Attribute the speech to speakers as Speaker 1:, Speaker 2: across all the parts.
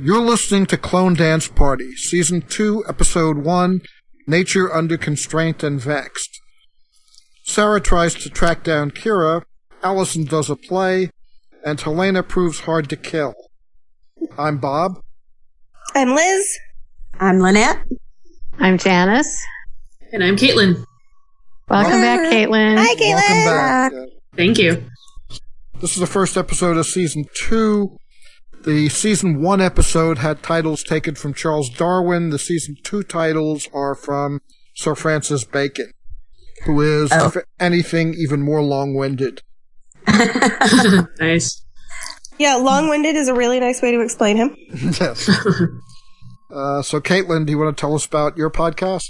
Speaker 1: You're listening to Clone Dance Party, Season 2, Episode 1 Nature Under Constraint and Vexed. Sarah tries to track down Kira, Allison does a play, and Helena proves hard to kill. I'm Bob.
Speaker 2: I'm Liz.
Speaker 3: I'm Lynette.
Speaker 4: I'm Janice.
Speaker 5: And I'm Caitlin.
Speaker 4: Welcome back, Caitlin.
Speaker 2: Hi, Caitlin.
Speaker 1: Welcome back. Uh,
Speaker 5: Thank you.
Speaker 1: This is the first episode of Season 2. The Season 1 episode had titles taken from Charles Darwin. The Season 2 titles are from Sir Francis Bacon, who is,
Speaker 3: Oh.
Speaker 1: if anything, even more long winded.
Speaker 5: Nice.
Speaker 2: Yeah, long-winded is a really nice way to explain him.
Speaker 1: Yes. uh, so, Caitlin, do you want to tell us about your podcast?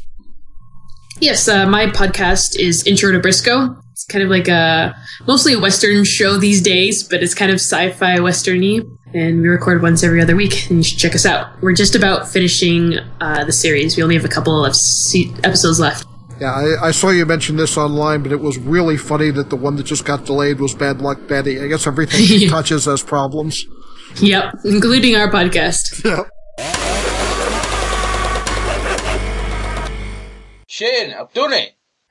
Speaker 5: Yes, uh, my podcast is Intro to Briscoe. It's kind of like a mostly a Western show these days, but it's kind of sci-fi Western-y. And we record once every other week, and you should check us out. We're just about finishing uh, the series. We only have a couple of se- episodes left.
Speaker 1: Yeah, I, I saw you mention this online, but it was really funny that the one that just got delayed was Bad Luck Betty. I guess everything she touches has problems.
Speaker 5: Yep, including our podcast.
Speaker 1: Yeah.
Speaker 6: Shane, I've done it.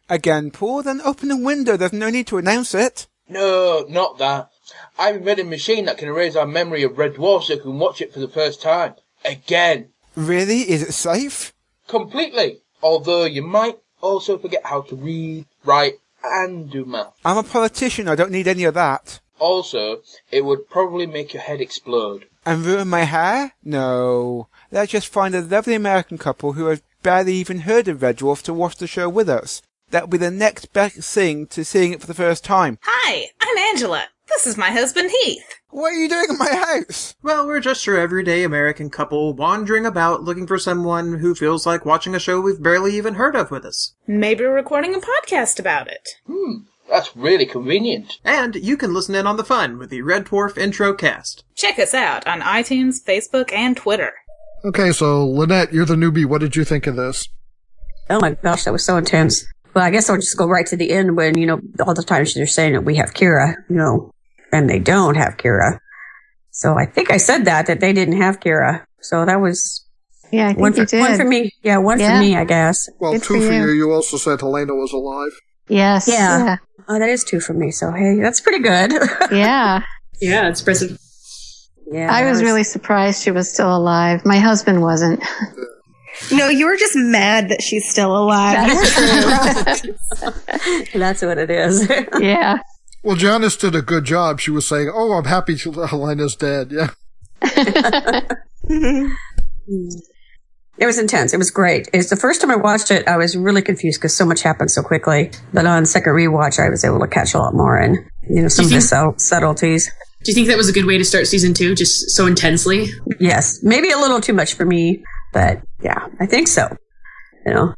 Speaker 7: Again, Paul, then open the window. There's no need to announce it.
Speaker 6: No, not that. I invented a machine that can erase our memory of Red Dwarf so we can watch it for the first time. Again.
Speaker 7: Really? Is it safe?
Speaker 6: Completely. Although you might also forget how to read, write, and do math.
Speaker 7: I'm a politician. I don't need any of that.
Speaker 6: Also, it would probably make your head explode.
Speaker 7: And ruin my hair? No. Let's just find a lovely American couple who has barely even heard of Red Dwarf to watch the show with us. That will be the next best thing to seeing it for the first time.
Speaker 8: Hi, I'm Angela. This is my husband Heath.
Speaker 7: What are you doing in my house?
Speaker 9: Well, we're just your everyday American couple wandering about looking for someone who feels like watching a show we've barely even heard of with us.
Speaker 8: Maybe we're recording a podcast about it.
Speaker 5: Hmm.
Speaker 6: That's really convenient.
Speaker 9: And you can listen in on the fun with the Red Dwarf intro cast.
Speaker 8: Check us out on iTunes, Facebook, and Twitter.
Speaker 1: Okay, so Lynette, you're the newbie. What did you think of this?
Speaker 3: Oh my gosh, that was so intense. Well, I guess I'll just go right to the end when, you know, all the times they're saying that we have Kira, you know, and they don't have Kira. So I think I said that, that they didn't have Kira. So that was
Speaker 4: Yeah, I think
Speaker 3: one for,
Speaker 4: you did.
Speaker 3: one for me. Yeah, one
Speaker 4: Yeah.
Speaker 3: for me, I guess.
Speaker 1: Well,
Speaker 4: Good
Speaker 1: two
Speaker 4: for
Speaker 1: for
Speaker 4: you.
Speaker 1: you. You also said Helena was alive.
Speaker 4: Yes.
Speaker 3: Yeah. Oh, that is two for me. So, hey, that's pretty good.
Speaker 4: Yeah. Yeah.
Speaker 5: Yeah, it's impressive.
Speaker 3: yeah.
Speaker 4: I
Speaker 3: that
Speaker 4: was really surprised she was still alive. My husband wasn't.
Speaker 2: No, you were just mad that she's still alive.
Speaker 3: That's what it is.
Speaker 4: yeah.
Speaker 1: Well, Janice did a good job. She was saying, "Oh, I'm happy Helena's dead." Yeah,
Speaker 3: It was intense. It was great. It's the first time I watched it. I was really confused because so much happened so quickly. But on second rewatch, I was able to catch a lot more and you know some of the sub- subtleties.
Speaker 5: Do you think that was a good way to start season two? Just so intensely.
Speaker 3: Yes, maybe a little too much for me, but yeah, I think so. You know,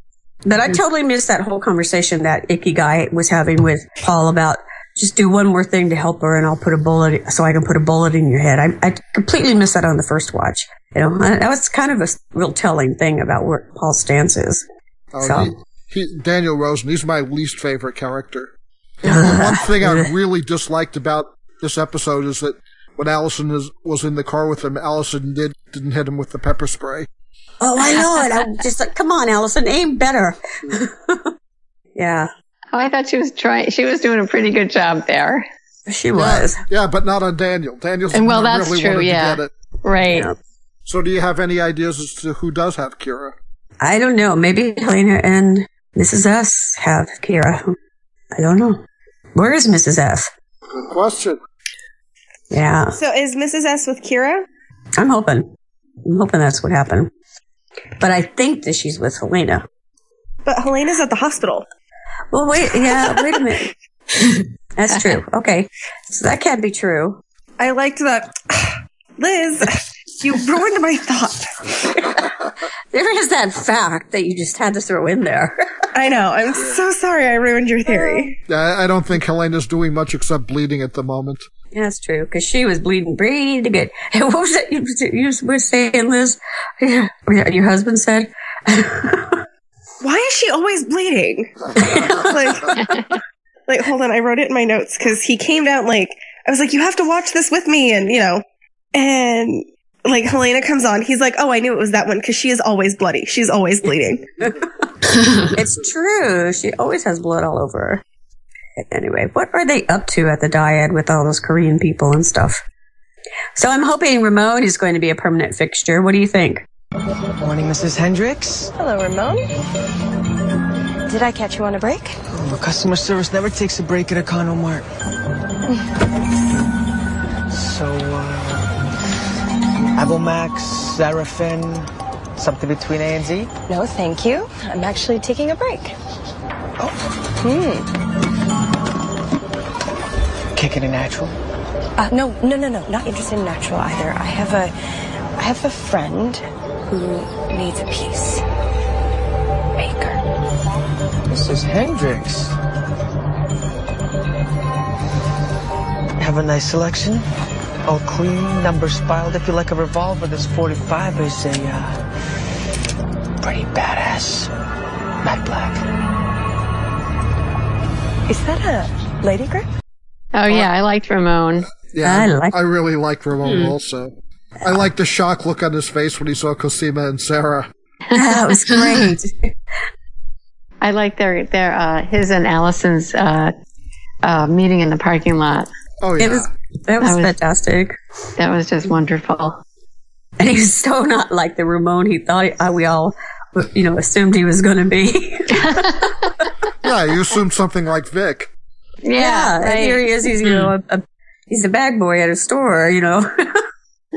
Speaker 3: but I totally missed that whole conversation that icky guy was having with Paul about just do one more thing to help her, and I'll put a bullet so I can put a bullet in your head. I, I completely missed that on the first watch. You know, I, that was kind of a s- real telling thing about where Paul's stance is.
Speaker 1: Oh,
Speaker 3: So-
Speaker 1: he, he, Daniel Rosen. He's my least favorite character. One thing I really disliked about this episode is that when Allison is, was in the car with him, Allison did didn't hit him with the pepper spray.
Speaker 3: Oh, I know it. I'm just like, come on, Allison, aim better. yeah,
Speaker 4: Oh, I thought she was trying. She was doing a pretty good job there.
Speaker 3: she was.
Speaker 1: Yeah, but not on Daniel. Daniel's
Speaker 4: And,
Speaker 1: the
Speaker 4: well,
Speaker 1: one who
Speaker 4: that's
Speaker 1: really
Speaker 4: true,
Speaker 1: wanted
Speaker 4: yeah.
Speaker 1: to get it.
Speaker 4: Right.
Speaker 1: So, do you have any ideas as to who does have Kira?
Speaker 3: I don't know. Maybe Helena and Mrs. S have Kira. I don't know. Where is Mrs. S?
Speaker 1: Good question.
Speaker 3: Yeah,
Speaker 2: So is Mrs. S with Kira?
Speaker 3: I'm hoping. I'm hoping that's what happened. But I think that she's with Helena.
Speaker 2: But Helena's at the hospital.
Speaker 3: Well, wait. Yeah, wait a minute. That's true. Okay, so that can't be true.
Speaker 2: I liked that. Liz, you ruined my thought.
Speaker 3: There is that fact that you just had to throw in there.
Speaker 2: I know. I'm so sorry I ruined your theory.
Speaker 1: Yeah, I- I don't think Helena's doing much except bleeding at the moment.
Speaker 3: Yeah, That's true, because she was bleeding pretty good. And what was it you, you were saying, Liz? Yeah, your husband said?
Speaker 2: Why is she always bleeding? like, like, hold on. I wrote it in my notes because he came down like, I was like, you have to watch this with me. And, you know, and like Helena comes on, he's like, "Oh, I knew it was that one because she is always bloody. She's always bleeding."
Speaker 3: It's true. She always has blood all over her. Anyway, what are they up to at the dyad with all those Korean people and stuff? So I'm hoping Ramon is going to be a permanent fixture. What do you think?
Speaker 10: Morning, Mrs. Hendricks.
Speaker 11: Hello, Ramon. Did I catch you on a break?
Speaker 10: Our customer service never takes a break at EconoMart.
Speaker 11: Hmm.
Speaker 10: So, uh, Avomax, Zarafin, something between A and Z?
Speaker 11: No, thank you. I'm actually taking a break.
Speaker 10: Oh.
Speaker 11: Hmm.
Speaker 10: Kicking it natural?
Speaker 11: Uh, no, no, no, no. Not interested in natural either. I have a, I have a friend who needs a piece.
Speaker 10: Mrs. Hendricks. Have a nice selection. All clean, numbers filed. If you like a revolver, this 45 is a uh, pretty badass. Matte black.
Speaker 11: Is that a lady grip?
Speaker 4: Oh yeah, I liked Ramon.
Speaker 1: Yeah, I, I really liked
Speaker 2: Hmm.
Speaker 1: Ramon also. I like the shock look on his face when he saw Cosima and Sarah.
Speaker 3: that was great.
Speaker 4: I like their their uh, his and Allison's uh, uh, meeting in the parking lot.
Speaker 1: Oh
Speaker 3: It was that was, fantastic.
Speaker 4: That was just wonderful.
Speaker 3: And he was so not like the Ramon he thought he, uh, we all, you know, assumed he was going to be.
Speaker 1: yeah, you assume something like Vic.
Speaker 3: Yeah, and here he is. He's you know
Speaker 2: Hmm.
Speaker 3: a, a, he's a bag boy at a store. You know,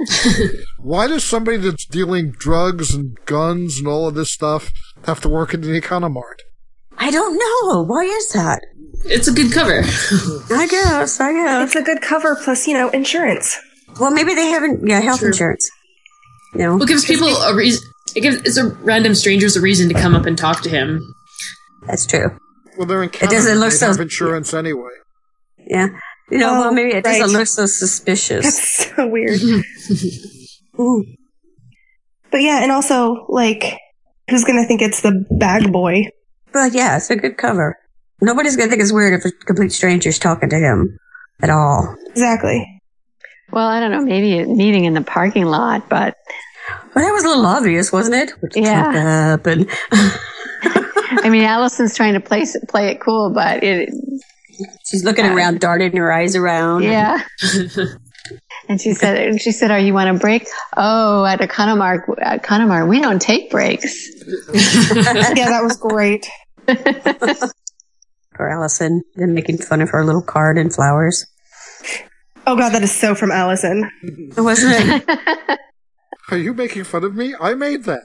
Speaker 1: Why does somebody that's dealing drugs and guns and all of this stuff have to work in the Economart?
Speaker 3: I don't know why is that.
Speaker 5: It's a good cover.
Speaker 3: I guess. I guess.
Speaker 2: It's a good cover, plus you know insurance.
Speaker 3: Well, maybe they haven't. Yeah, health insurance. You know,
Speaker 5: What gives people a reason? It gives it's a random strangers a reason to come up and talk to him.
Speaker 3: that's true.
Speaker 1: Well, they're in
Speaker 3: It doesn't
Speaker 1: Canada,
Speaker 3: look
Speaker 1: they
Speaker 3: so-
Speaker 1: have insurance anyway.
Speaker 3: Yeah, you know.
Speaker 2: Oh,
Speaker 3: well, maybe it doesn't
Speaker 2: right.
Speaker 3: look so suspicious.
Speaker 2: That's so weird.
Speaker 3: Ooh.
Speaker 2: But yeah, and also like, who's gonna think it's the bag boy?
Speaker 3: But yeah, it's a good cover. Nobody's gonna think it's weird if a complete stranger's talking to him at all.
Speaker 2: Exactly.
Speaker 4: Well, I don't know, maybe a meeting in the parking lot, but
Speaker 3: But that was a little obvious, wasn't it? What did
Speaker 4: Yeah.
Speaker 3: Trump happen?
Speaker 4: I mean, Allison's trying to play play it cool, but it
Speaker 3: She's looking around, darting her eyes around.
Speaker 4: yeah. and she said, and she said, "Are you want a break? Oh, at Economar, at Economar, we don't take breaks."
Speaker 2: yeah, that was great.
Speaker 3: Or Allison, then making fun of her little card and flowers.
Speaker 2: Oh god, that is so from Allison.
Speaker 3: Wasn't it?
Speaker 1: Are you making fun of me? I made that.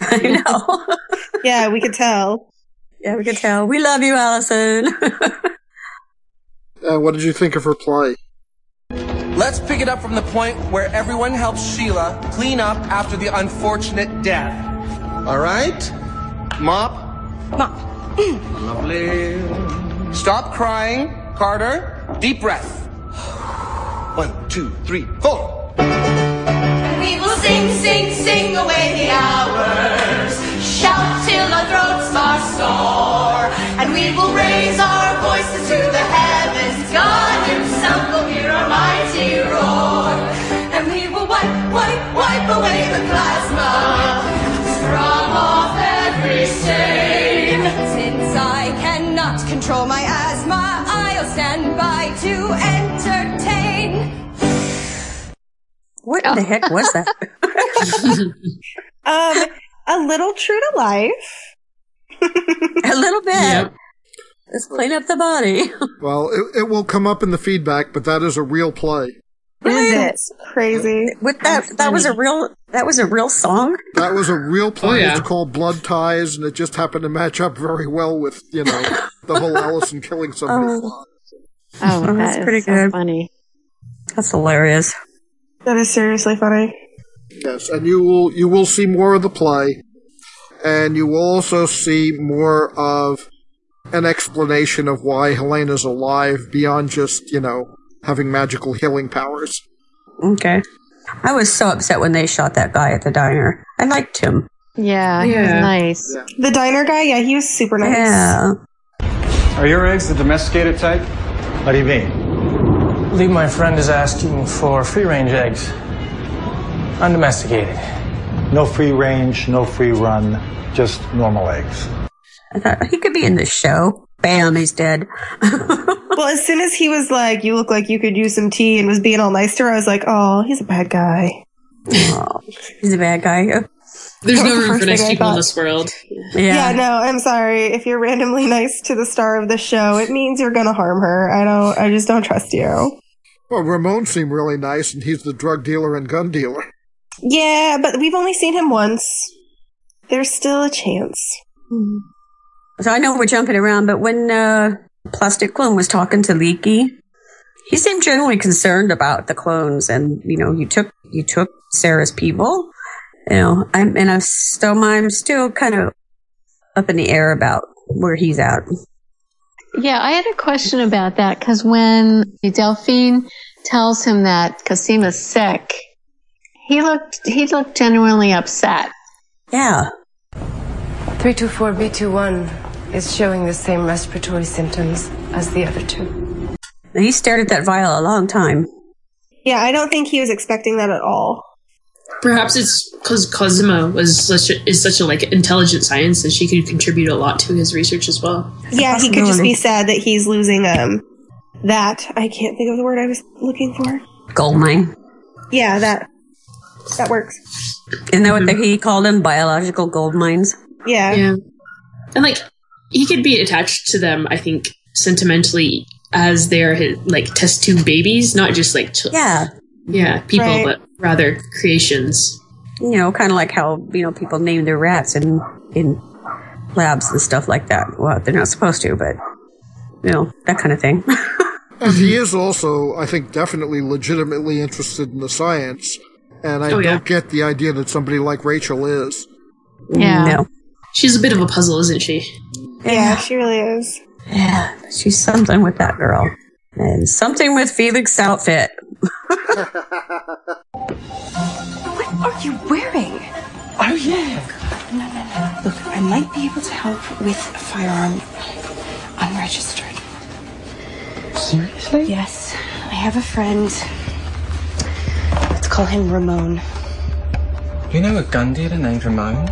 Speaker 3: I know.
Speaker 2: Yeah, we could tell.
Speaker 3: Yeah, we can tell. We love you, Allison.
Speaker 1: Uh, what did you think of her play?
Speaker 12: Let's pick it up from the point where everyone helps Sheila clean up after the unfortunate death. All right? Mop. Mop. Lovely. Stop crying, Carter. Deep breath. One, two, three, four.
Speaker 13: We will sing, sing, sing away the hours. Shout till our throats are sore. And we will raise our voices to the heavens. God Himself will hear our mighty roar. And we will wipe, wipe, wipe away the plasma from off every stain.
Speaker 11: Since I cannot control my asthma, I'll stand by to entertain.
Speaker 3: what the heck was that?
Speaker 2: Um, a little true to life.
Speaker 3: A little bit.
Speaker 5: Yep.
Speaker 3: Let's clean up the body.
Speaker 1: Well, it, it will come up in the feedback, but that is a real play.
Speaker 2: Is it crazy?
Speaker 3: With that, that was a real. That was a real song.
Speaker 1: That was a real play.
Speaker 5: yeah.
Speaker 1: It's called Blood Ties, and it just happened to match up very well with, you know, the whole Allison killing somebody. plot.
Speaker 4: Oh,
Speaker 3: that's
Speaker 4: that is
Speaker 3: pretty
Speaker 4: so
Speaker 3: good.
Speaker 4: funny.
Speaker 3: That's hilarious.
Speaker 2: That is seriously funny.
Speaker 1: Yes, and you will you will see more of the play, and you will also see more of an explanation of why Helena's alive beyond just you know having magical healing powers.
Speaker 3: Okay. I was so upset when they shot that guy at the diner. I liked him.
Speaker 4: Yeah, he was
Speaker 5: Yeah.
Speaker 4: nice.
Speaker 2: The diner guy, yeah, he was super nice.
Speaker 3: Yeah.
Speaker 14: Are your eggs the domesticated type? What do you mean? I believe my friend is asking for free range eggs.
Speaker 15: Undomesticated. No free range, no free run, just normal eggs.
Speaker 3: I thought he could be in this show. Bam, he's dead.
Speaker 2: well, as soon as he was like, "You look like you could use some tea," and was being all nice to her, I was like, "Oh, he's a bad guy."
Speaker 3: He's a bad guy.
Speaker 5: There's
Speaker 2: That was
Speaker 5: no
Speaker 2: the
Speaker 5: room for
Speaker 2: first
Speaker 5: nice
Speaker 2: thing I
Speaker 5: people in
Speaker 2: thought.
Speaker 5: this world.
Speaker 2: Yeah. no, I'm sorry. If you're randomly nice to the star of the show, it means you're gonna harm her. I don't. I just don't trust you.
Speaker 1: Well, Ramon seemed really nice, and he's the drug dealer and gun dealer.
Speaker 2: Yeah, but we've only seen him once. There's still a chance.
Speaker 3: So I know we're jumping around, but when uh, Plastic Clone was talking to Leaky, he seemed generally concerned about the clones, and you know, you took you took Sarah's people, you know, I'm, and I'm still I'm still kind of up in the air about where he's at.
Speaker 4: Yeah, I had a question about that because when Delphine tells him that Cassim is sick, he looked he looked genuinely upset.
Speaker 3: Yeah.
Speaker 11: 324B21 is showing the same respiratory symptoms as the other two.
Speaker 3: And he stared at that vial a long time.
Speaker 2: Yeah, I don't think he was expecting that at all.
Speaker 5: Perhaps it's because Cosima was such a, is such a like intelligent science that she could contribute a lot to his research as well.
Speaker 2: Yeah, he could just
Speaker 5: Possibility.
Speaker 2: be sad that he's losing um that. I can't think of the word I was looking for.
Speaker 3: Gold mine.
Speaker 2: Yeah, that that works.
Speaker 3: Isn't that what
Speaker 5: Mm-hmm.
Speaker 3: the, he called them? Biological gold mines.
Speaker 2: Yeah.
Speaker 5: Yeah. And like he could be attached to them, I think, sentimentally as they're his like test tube babies, not just like chil-
Speaker 3: Yeah.
Speaker 5: yeah people,
Speaker 3: Right.
Speaker 5: but rather creations.
Speaker 3: You know, kind of like how you know people name their rats in in labs and stuff like that. Well, they're not supposed to, but you know that kind of thing.
Speaker 1: And he is also, I think, definitely legitimately interested in the science. And I
Speaker 5: Oh,
Speaker 1: don't
Speaker 5: yeah.
Speaker 1: get the idea that somebody like Rachel is.
Speaker 5: Yeah. No. She's a bit of a puzzle, isn't she?
Speaker 2: Yeah, she really is.
Speaker 3: Yeah, she's something with that girl, and something with Felix's outfit.
Speaker 11: What are you wearing? Oh, yeah. No, no, no. Look, I might be able to help with a firearm unregistered. Seriously? Yes. I have a friend. Let's call him Ramon.
Speaker 10: You know a gun dealer named Ramon?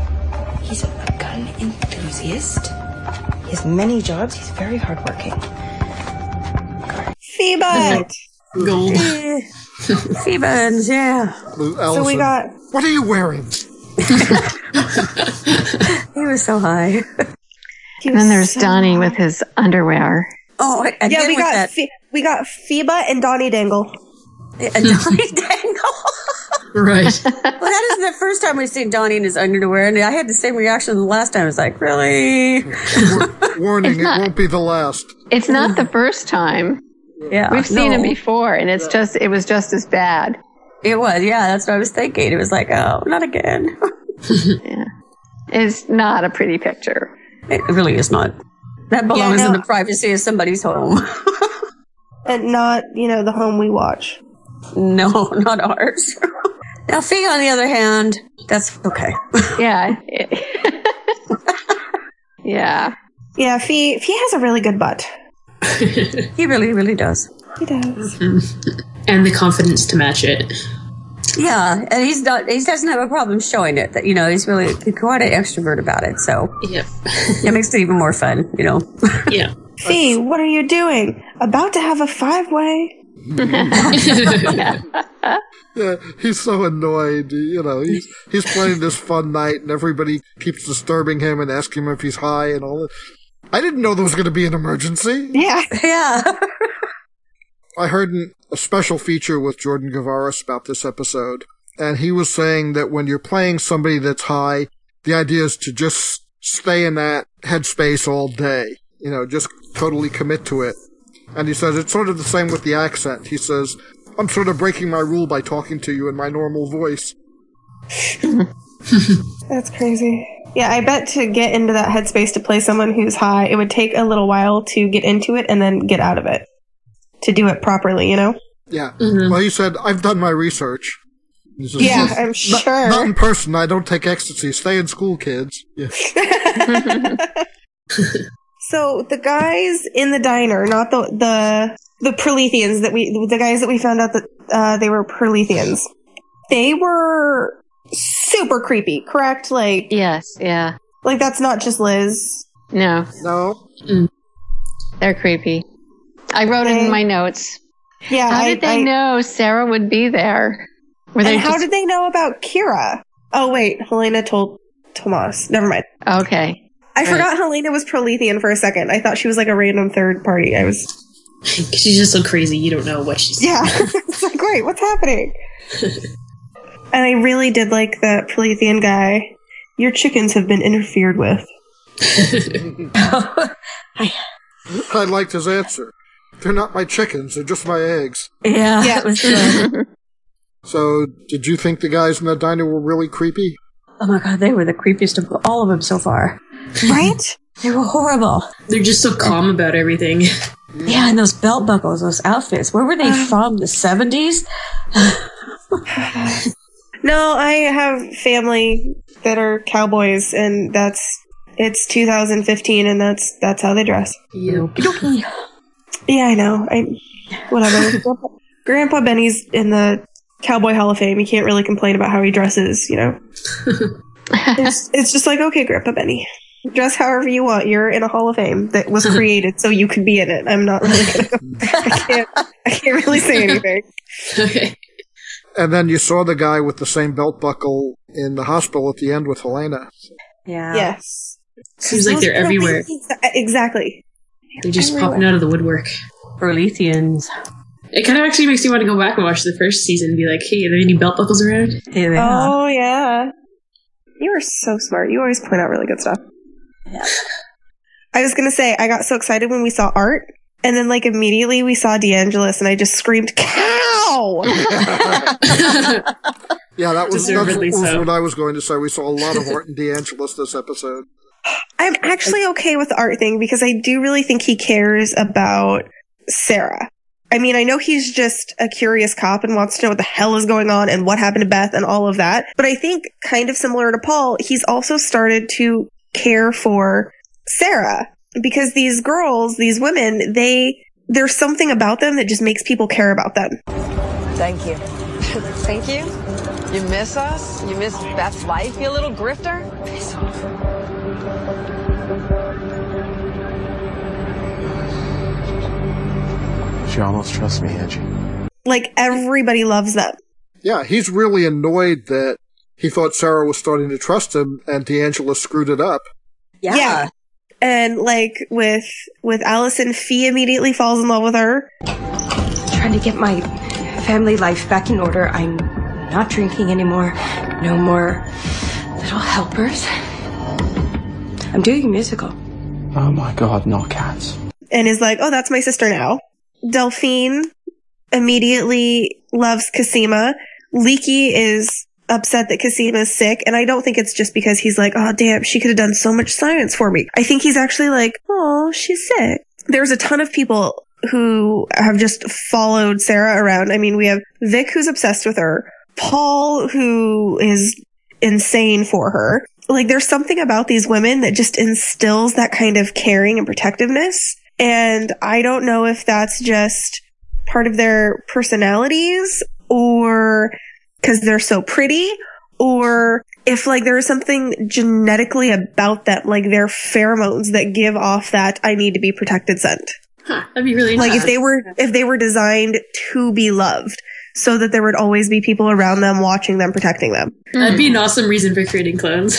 Speaker 11: He's a gun enthusiast. He has many jobs. He's very hardworking.
Speaker 2: Feebot!
Speaker 5: Gold.
Speaker 3: Feebans, yeah.
Speaker 2: So we got.
Speaker 1: What are you wearing?
Speaker 3: He was so high.
Speaker 4: And then there's Donnie with his underwear.
Speaker 3: Oh,
Speaker 2: yeah, we got Fe- we got Feebot and Donnie Dangle.
Speaker 3: Donnie Dangle.
Speaker 5: Right.
Speaker 3: well, that isn't the first time we've seen Donnie in his underwear, and I had the same reaction the last time. I was like, really?
Speaker 1: Warning,
Speaker 4: It's not-
Speaker 1: it won't be the last.
Speaker 4: It's not the first time.
Speaker 3: Mm. Yeah,
Speaker 4: We've seen
Speaker 3: no.
Speaker 4: him before, and it's just it was just as bad.
Speaker 3: It was, yeah. That's what I was thinking. It was like, oh, not again.
Speaker 4: yeah, it's not a pretty picture.
Speaker 3: It really is not. That belongs
Speaker 2: no.
Speaker 3: in the privacy of somebody's home.
Speaker 2: And not, you know, the home we watch.
Speaker 3: no, not ours. now, Fee, on the other hand, that's okay.
Speaker 4: Yeah. yeah.
Speaker 2: Yeah, Fee Fee has a really good butt.
Speaker 3: he really, really does.
Speaker 2: He does.
Speaker 5: Mm. and the confidence to match it.
Speaker 3: Yeah, and he's not. He doesn't have a problem showing it. That you know, he's really quite an extrovert about it. So
Speaker 5: Yep.
Speaker 3: it makes it even more fun. You know.
Speaker 5: Yeah.
Speaker 2: Fee, what are you doing? About to have a five way?
Speaker 1: Mm-hmm. Yeah, he's so annoyed. You know, he's he's playing this fun night, and everybody keeps disturbing him and asking him if he's high and all that. I didn't know there was going to be an emergency.
Speaker 2: Yeah.
Speaker 3: Yeah.
Speaker 1: I heard an, a special feature with Jordan Gavaris about this episode, and he was saying that when you're playing somebody that's high, the idea is to just stay in that headspace all day. You know, just totally commit to it. And he says it's sort of the same with the accent. He says, "I'm sort of breaking my rule by talking to you in my normal voice."
Speaker 2: That's crazy. Yeah, I bet to get into that headspace to play someone who's high, it would take a little while to get into it and then get out of it. To do it properly, you know?
Speaker 1: Yeah. Well, he said, "I've done my research." He says,
Speaker 2: Mm-hmm. Yeah,
Speaker 1: "Not-
Speaker 2: I'm sure.
Speaker 1: Not in person. I don't take ecstasy. Stay in school, kids. Yeah.
Speaker 2: So the guys in the diner, not the the the Prolethians that we the guys that we found out that uh, they were Prolethians. they were super creepy, correct? Like,
Speaker 4: yes, yeah.
Speaker 2: Like, that's not just Liz.
Speaker 4: No.
Speaker 1: No.
Speaker 4: Mm. They're creepy. I wrote it in my notes.
Speaker 2: Yeah.
Speaker 4: How
Speaker 2: I-
Speaker 4: did they
Speaker 2: I-
Speaker 4: know Sarah would be there? Were they
Speaker 2: and how
Speaker 4: just-
Speaker 2: did they know about Kira? Oh, wait. Helena told Tomas. Never mind.
Speaker 4: Okay.
Speaker 2: I
Speaker 4: Right.
Speaker 2: forgot Helena was Prolethean for a second. I thought she was like a random third party. I was.
Speaker 5: She's just so crazy. You don't know what she's.
Speaker 2: Yeah. it's like, wait, what's happening? and I really did like the Prolethean guy. Your chickens have been interfered with.
Speaker 1: I liked his answer. They're not my chickens, they're just my eggs.
Speaker 3: Yeah, yeah. was good.
Speaker 1: So, did you think the guys in the diner were really creepy?
Speaker 3: Oh my god, they were the creepiest of all of them so far. Right? they were horrible.
Speaker 5: They're just so calm about everything.
Speaker 3: Yeah, and those belt buckles, those outfits. Where were they from? The 70s?
Speaker 2: No, I have family that are cowboys, and that's it's 2015, and that's that's how they dress. Yeah, I know. I whatever. Grandpa, Grandpa Benny's in the Cowboy Hall of Fame. You can't really complain about how he dresses, you know. it's, it's just like okay, Grandpa Benny, dress however you want. You're in a Hall of Fame that was created so you could be in it. I'm not really gonna. I can't. I can't really say anything.
Speaker 5: Okay.
Speaker 1: And then you saw the guy with the same belt buckle in the hospital at the end with Helena.
Speaker 3: Yeah.
Speaker 2: Yes.
Speaker 5: Seems like they're everywhere.
Speaker 2: eh, Exactly.
Speaker 5: They're just popping out of the woodwork.
Speaker 3: Prolethians.
Speaker 5: It kind of actually makes me want to go back and watch the first season and be like, hey, are there any belt buckles around?
Speaker 2: Oh yeah. You are so smart. You always point out really good stuff. I was gonna say I got so excited when we saw art, and then like immediately we saw DeAngelis, and I just screamed cow.
Speaker 1: Yeah, that was, that's
Speaker 2: Deservedly
Speaker 1: was
Speaker 2: so.
Speaker 1: what I was going to say. We saw a lot of Horton DeAngelis this episode.
Speaker 2: I'm actually okay with the art thing because I do really think he cares about Sarah. I mean, I know he's just a curious cop and wants to know what the hell is going on and what happened to Beth and all of that. But I think kind of similar to Paul, he's also started to care for Sarah because these girls, these women, they, there's something about them that just makes people care about them.
Speaker 16: Thank you. Thank you. You miss us? You miss Beth's life, you little grifter? Piss off.
Speaker 17: She almost trusts me, Angie.
Speaker 2: Like everybody loves them.
Speaker 1: Yeah, he's really annoyed that he thought Sarah was starting to trust him and DeAngelis screwed it up.
Speaker 3: Yeah.
Speaker 2: And like with with Allison, Fee immediately falls in love with her.
Speaker 11: Trying to get my family life back in order. I'm not drinking anymore. No more little helpers. I'm doing a musical.
Speaker 17: Oh my god, not cats.
Speaker 2: and is like, "Oh, that's my sister now." Delphine immediately loves Casima. Leaky is upset that Casima is sick, and I don't think it's just because he's like, "Oh, damn, she could have done so much science for me." I think he's actually like, "Oh, she's sick." There's a ton of people who have just followed Sarah around. I mean, we have Vic who's obsessed with her, Paul who is insane for her. Like there's something about these women that just instills that kind of caring and protectiveness. And I don't know if that's just part of their personalities or because they're so pretty or if like there is something genetically about them, like their pheromones that give off that I need to be protected scent.
Speaker 5: Huh, that'd be really
Speaker 2: Like if
Speaker 5: interesting.
Speaker 2: they were if they were designed to be loved so that there would always be people around them watching them, protecting them.
Speaker 5: That'd be an awesome reason for creating clones.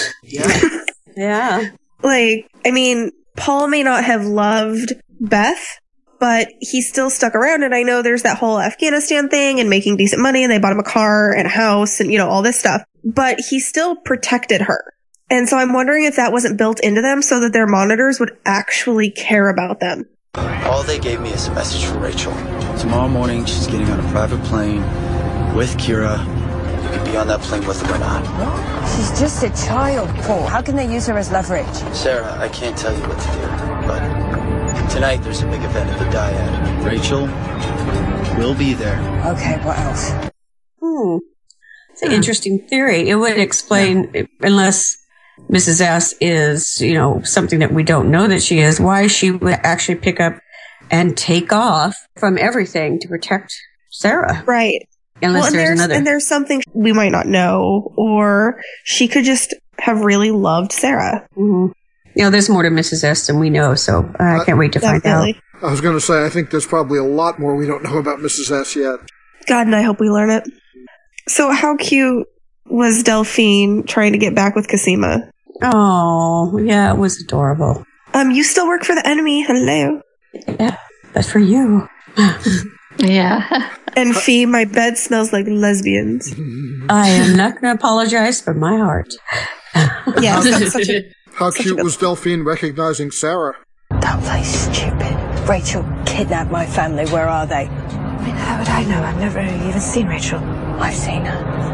Speaker 3: Yeah.
Speaker 2: Like, I mean, Paul may not have loved Beth, but he still stuck around. And I know there's that whole Afghanistan thing and making decent money and they bought him a car and a house and, you know, all this stuff, but he still protected her. And so I'm wondering if that wasn't built into them so that their monitors would actually care about them.
Speaker 18: All they gave me is a message for Rachel. Tomorrow morning, she's getting on a private plane with Kira. You could be on that plane with her or not.
Speaker 16: She's just a child, Paul. How can they use her as leverage?
Speaker 18: Sarah, I can't tell you what to do, but tonight there's a big event at the dyad. Rachel will be there.
Speaker 16: Okay, what else?
Speaker 3: Hmm. It's an interesting theory. It would explain, unless Mrs. S is, you know, something that we don't know that she is, why she would actually pick up and take off from everything to protect Sarah.
Speaker 2: Right.
Speaker 3: Unless
Speaker 2: and
Speaker 3: there's another.
Speaker 2: and there's something we might not know, or she could just have really loved Sarah.
Speaker 3: Mm-hmm. You know, there's more to Mrs. S than we know, so uh, I can't wait to find out.
Speaker 1: I was going to say, I think there's probably a lot more we don't know about Mrs. S yet.
Speaker 2: God, and I hope we learn it. So, how cute was Delphine trying to get back with Cosima?
Speaker 3: Oh, yeah, it was adorable.
Speaker 2: Um, you still work for the enemy. Hello.
Speaker 3: Yeah, but for you.
Speaker 2: yeah. and Fee, my bed smells like lesbians.
Speaker 3: I am not going to apologize for my heart.
Speaker 2: Yeah,
Speaker 1: How,
Speaker 2: that's such a-
Speaker 1: how cute was Delphine recognizing Sarah?
Speaker 19: Don't play stupid. Rachel kidnapped my family. Where are they? I mean, how would I know? I've never even seen Rachel. I've seen her.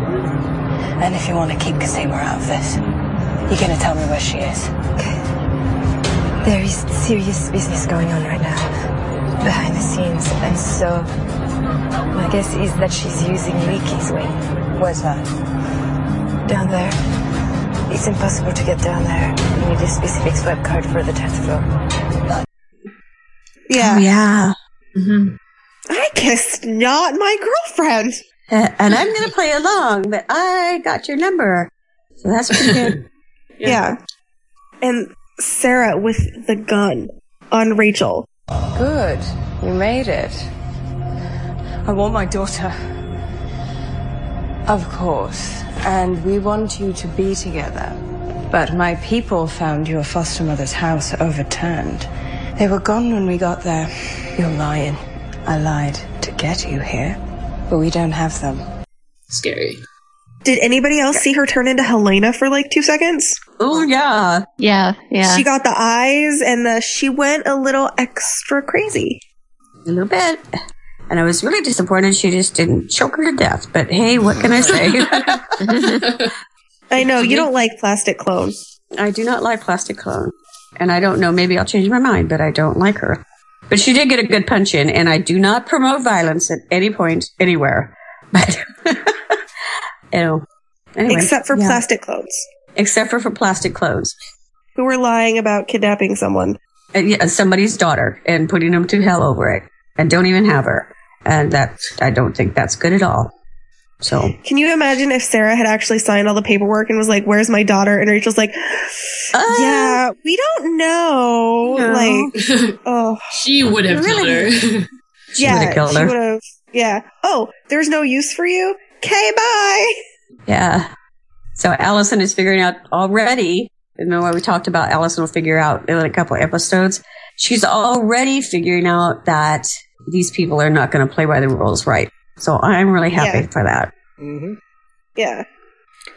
Speaker 19: And if you want to keep Cosima out of this, you're going to tell me where she is. Okay. There is serious business going on right now behind the scenes, and so my guess is that she's using Ricky's way. Where's that? Down there. It's impossible to get down there. You need a specific web card for the 10th floor.
Speaker 2: Yeah.
Speaker 3: Oh, yeah.
Speaker 2: Mm-hmm. I kissed not my girlfriend.
Speaker 3: Uh, and I'm going to play along, but I got your number. So that's pretty good.
Speaker 2: Yeah. And Sarah with the gun on Rachel.
Speaker 16: Good. You made it. I want my daughter. Of course. And we want you to be together. But my people found your foster mother's house overturned. They were gone when we got there. You're lying. I lied to get you here. But we don't have them.
Speaker 5: Scary.
Speaker 2: Did anybody else see her turn into Helena for like two seconds?
Speaker 3: Oh yeah,
Speaker 4: yeah, yeah.
Speaker 2: She got the eyes, and the, she went a little extra crazy.
Speaker 3: A little bit. And I was really disappointed she just didn't choke her to death. But hey, what can I say?
Speaker 2: I know you don't like plastic clones.
Speaker 3: I do not like plastic clone. And I don't know, maybe I'll change my mind, but I don't like her. But she did get a good punch in, and I do not promote violence at any point, anywhere. But, you know, anyway.
Speaker 2: Except for
Speaker 3: Yeah.
Speaker 2: plastic clones
Speaker 3: Except for, for plastic clones.
Speaker 2: who were lying about kidnapping someone.
Speaker 3: Uh, yeah, somebody's daughter and putting them to hell over it and don't even have her. And that, I don't think that's good at all. So,
Speaker 2: Can you imagine if Sarah had actually signed all the paperwork and was like, "Where's my daughter?" and Rachel's like,
Speaker 3: Uh,
Speaker 2: "Yeah, we don't know."
Speaker 5: No.
Speaker 2: Like, oh,
Speaker 5: She would have killed her. She
Speaker 2: yeah,
Speaker 5: would've killed
Speaker 2: she
Speaker 5: her.
Speaker 2: would have. Yeah. Oh, there's no use for you. Okay, bye.
Speaker 3: Yeah. So Allison is figuring out already. You know what we talked about? Allison will figure out in a couple episodes. She's already figuring out that these people are not going to play by the rules, right? So I'm really happy
Speaker 1: Yeah.
Speaker 3: for that.
Speaker 1: Mm-hmm.
Speaker 2: Yeah.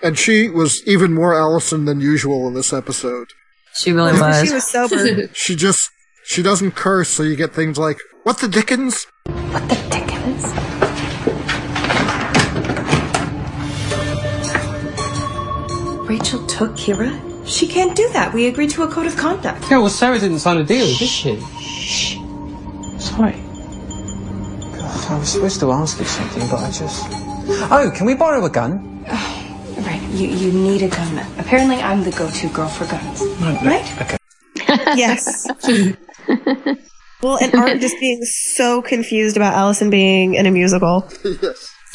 Speaker 1: And she was even more Allison than usual in this episode.
Speaker 3: She really was.
Speaker 2: She was sober.
Speaker 1: she just she doesn't curse, so you get things like "What the dickens?"
Speaker 11: Rachel took Kira? She can't do that. We agreed to a code of conduct.
Speaker 17: Yeah, well, Sarah didn't sign a deal, did she? Sorry. God, I was supposed to ask you something, but I just. Oh, can we borrow a gun?
Speaker 11: Right. You, you need a gun. Apparently, I'm the go to girl for guns.
Speaker 17: Right? Okay.
Speaker 2: yes. well, and Art just being so confused about Allison being in a musical.
Speaker 1: yes.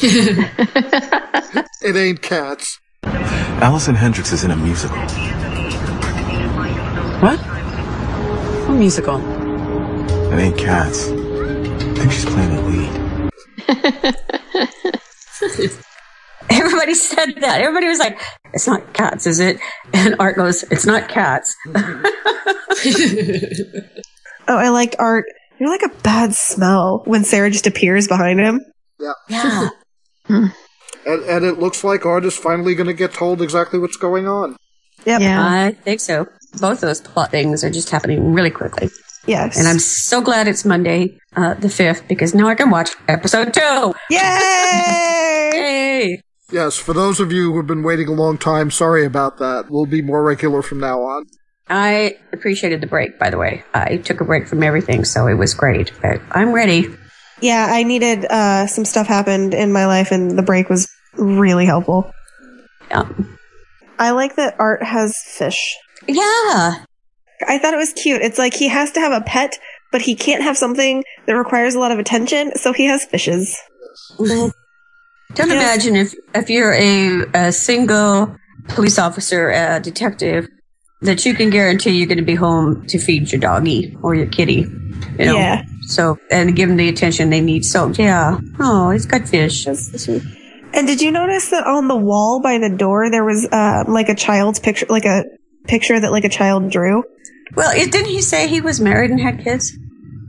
Speaker 1: it ain't cats.
Speaker 20: Allison Hendricks is in a musical.
Speaker 16: What? What musical?
Speaker 20: It ain't cats. I think she's playing the lead.
Speaker 3: Everybody said that. Everybody was like, it's not cats, is it? And Art goes, it's not cats.
Speaker 2: Oh, I liked Art. You're like a bad smell when Sarah just appears behind him.
Speaker 1: Yeah.
Speaker 3: Yeah.
Speaker 1: and, and it looks like Art is finally going to get told exactly what's going on.
Speaker 3: Yeah. I think so. Both those plot things are just happening really quickly.
Speaker 2: Yes.
Speaker 3: And I'm so glad it's Monday, uh, the 5th, because now I can watch episode 2.
Speaker 2: Yay!
Speaker 3: Yay!
Speaker 1: Yes, for those of you who've been waiting a long time, sorry about that. We'll be more regular from now on.
Speaker 3: I appreciated the break, by the way. I took a break from everything, so it was great. But I'm ready.
Speaker 2: Yeah, I needed uh, some stuff happened in my life, and the break was really helpful.
Speaker 3: Yeah.
Speaker 2: I like that Art has fish.
Speaker 3: Yeah.
Speaker 2: I thought it was cute. It's like he has to have a pet, but he can't have something that requires a lot of attention, so he has fishes.
Speaker 3: Mm-hmm. Don't imagine if if you're a, a single police officer, uh, detective, that you can guarantee you're going to be home to feed your doggy or your kitty. You know?
Speaker 2: Yeah.
Speaker 3: So and give them the attention they need. So yeah. Oh, it's got fish.
Speaker 2: And did you notice that on the wall by the door there was uh, like a child's picture, like a picture that like a child drew?
Speaker 3: Well, it, didn't he say he was married and had kids?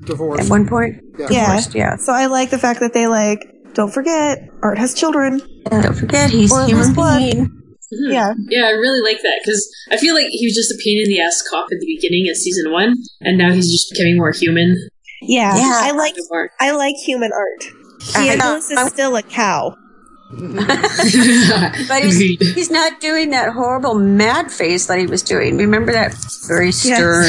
Speaker 1: Divorced.
Speaker 3: At one point?
Speaker 2: Yeah.
Speaker 3: Divorced, yeah.
Speaker 2: So I like the fact that they like don't forget Art has children.
Speaker 3: Don't forget he's human being.
Speaker 5: Mhm.
Speaker 2: Yeah.
Speaker 5: Yeah, I really like that because I feel like he was just a pain in the ass cop at the beginning of season one, and now he's just becoming more human.
Speaker 2: Yeah,
Speaker 5: Yeah.
Speaker 2: I like I like human art. Theodolos is still a cow.
Speaker 3: But he's, he's not doing that horrible mad face that he was doing. Remember that very stern,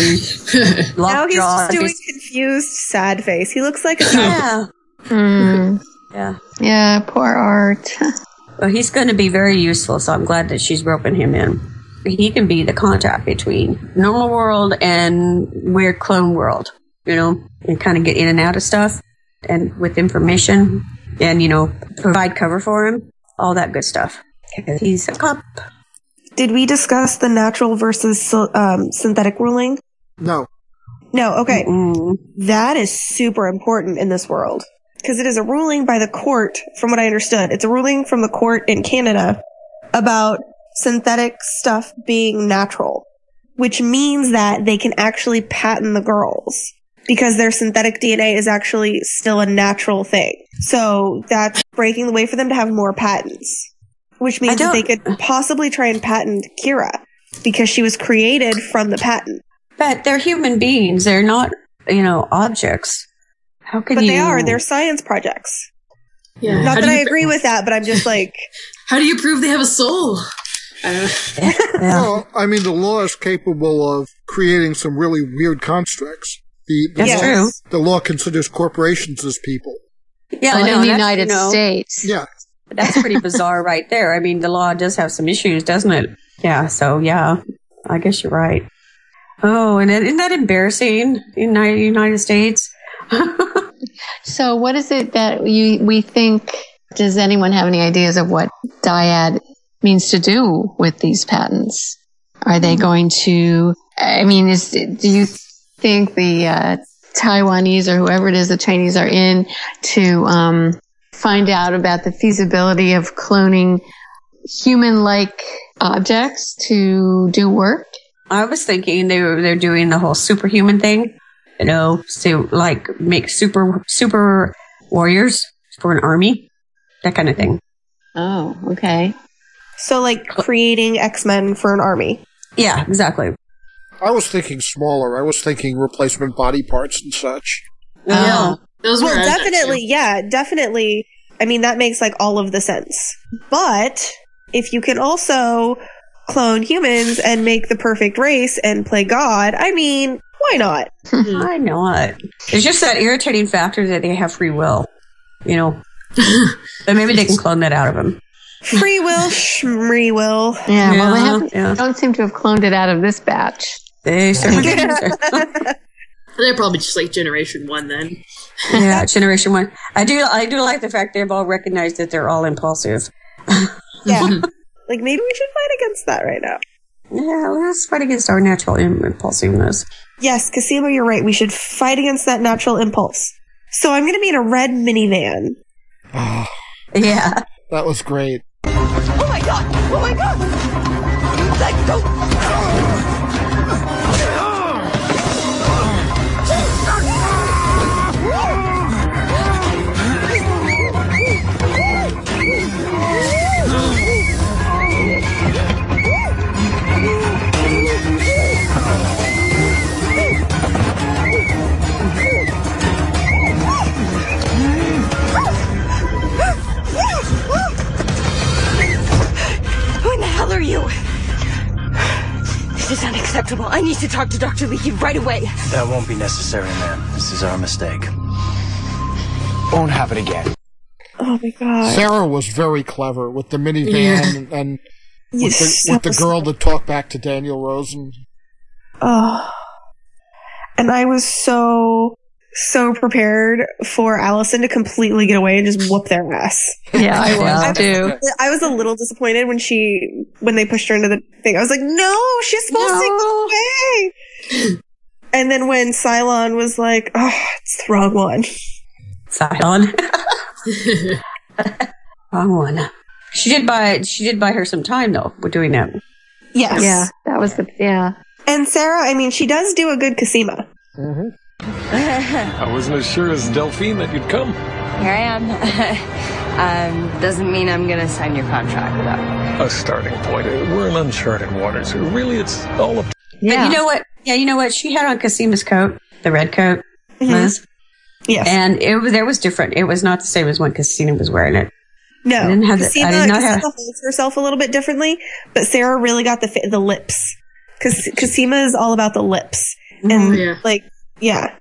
Speaker 2: now he's
Speaker 3: lockjaw
Speaker 2: just doing
Speaker 3: face?
Speaker 2: confused, sad face. He looks like a cow.
Speaker 3: Yeah. Mm. Yeah.
Speaker 4: Yeah, poor Art.
Speaker 3: Well, he's going to be very useful, so I'm glad that she's roping him in. He can be the contact between normal world and weird clone world, you know, and kind of get in and out of stuff and with information and, you know, provide cover for him, all that good stuff. 'Cause He's a cop.
Speaker 2: Did we discuss the natural versus um, synthetic ruling?
Speaker 1: No.
Speaker 2: No, okay. That is super important in this world because it is a ruling by the court, from what I understood. It's a ruling from the court in Canada about synthetic stuff being natural, which means that they can actually patent the girls because their synthetic DNA is actually still a natural thing. So that's breaking the way for them to have more patents, which means that they could possibly try and patent Kira because she was created from the patent.
Speaker 3: But they're human beings. They're not, you know, objects. How could
Speaker 2: but
Speaker 3: you?
Speaker 2: they are. They're science projects.
Speaker 3: Yeah.
Speaker 2: Not
Speaker 3: How
Speaker 2: that
Speaker 3: do
Speaker 2: I
Speaker 3: you-
Speaker 2: agree with that, but I'm just like,
Speaker 5: how do you prove they have a soul? I don't know.
Speaker 1: Well, I mean, the law is capable of creating some really weird constructs. The, the
Speaker 4: That's
Speaker 1: law,
Speaker 4: true.
Speaker 1: The law considers corporations as people.
Speaker 3: Yeah,
Speaker 4: Well,
Speaker 3: I know,
Speaker 4: in the
Speaker 3: that's,
Speaker 4: United
Speaker 3: you know-
Speaker 4: States.
Speaker 1: Yeah.
Speaker 3: That's pretty bizarre right there. I mean, the law does have some issues, doesn't it? Yeah, so yeah, I guess you're right. Oh, and it, isn't that embarrassing in the United States?
Speaker 4: So, what is it that you we think? Does anyone have any ideas of what dyad means to do with these patents? Are they going to? I mean, is do you think the uh, Taiwanese or whoever it is, the Chinese are in to um, find out about the feasibility of cloning human-like objects to do work?
Speaker 3: I was thinking they were they're doing the whole superhuman thing, you know, to like make super super warriors for an army, that kind of thing.
Speaker 4: Oh, okay.
Speaker 2: so like creating X Men for an army.
Speaker 3: Yeah, exactly.
Speaker 1: I was thinking smaller. I was thinking replacement body parts and such.
Speaker 2: Yeah.
Speaker 5: Those
Speaker 2: Um, well,
Speaker 5: were ours,
Speaker 2: definitely, yeah, definitely. I mean, that makes like all of the sense. But if you can also clone humans and make the perfect race and play God, I mean, why not?
Speaker 3: I not? It's just that irritating factor that they have free will, you know. but maybe they can clone that out of them.
Speaker 2: Free will, shmree will.
Speaker 4: Yeah, well, they haven't, don't seem to have cloned it out of this batch.
Speaker 3: They certainly
Speaker 5: They're probably just like Generation One then.
Speaker 3: yeah, Generation One. I do, I do like the fact they've all recognized that they're all impulsive.
Speaker 2: Yeah. like maybe we should fight against that right now.
Speaker 3: Yeah, well, let's fight against our natural im- impulsiveness.
Speaker 2: Yes, Casimo, you're right. We should fight against that natural impulse. So I'm going to be in a red minivan.
Speaker 3: yeah.
Speaker 1: That was great.
Speaker 13: Oh my god! Oh my god! Let go!
Speaker 19: Who in the hell are you? This is unacceptable. I need to talk to Dr. Leahy right away.
Speaker 18: That won't be necessary, ma'am. This is our mistake. Won't happen again.
Speaker 2: Oh my god.
Speaker 1: Sarah was very clever with the minivan
Speaker 2: Yeah.
Speaker 1: and, and with,
Speaker 2: Yes,
Speaker 1: the,
Speaker 2: that
Speaker 1: with the
Speaker 2: was-
Speaker 1: girl that talked back to Daniel Rosen.
Speaker 2: Oh. And I was so so prepared for Allison to completely get away and just whoop their ass.
Speaker 4: Yeah, I was
Speaker 2: I was, I was a little disappointed when she when they pushed her into the thing. I was like, no, she's supposed to get away. And then when Cylon was like, oh, it's the wrong one.
Speaker 3: Cylon. Wrong one. She did buy she did buy her some time though with doing that.
Speaker 2: Yes.
Speaker 4: Yeah, that was the yeah.
Speaker 2: And Sarah, I mean, she does do a good Casima.
Speaker 21: Mm-hmm. I wasn't as sure as Delphine that you'd come.
Speaker 22: Here I am. um, doesn't mean I'm gonna sign your contract though.
Speaker 21: A starting point. We're in uncharted waters. Really, it's all up.
Speaker 3: But you know what? Yeah, you know what? She had on Casima's coat, the red coat, Liz.
Speaker 2: Mm-hmm. Yes.
Speaker 3: And it was there was different. It was not the same as when Casina was wearing it.
Speaker 2: No,
Speaker 3: I didn't have the- I
Speaker 2: Cosima,
Speaker 3: did not
Speaker 2: Cosima
Speaker 3: have-
Speaker 2: holds herself a little bit differently, but Sarah really got the fa- the lips because Cosima is all about the lips
Speaker 3: Mm-hmm.
Speaker 2: and like yeah,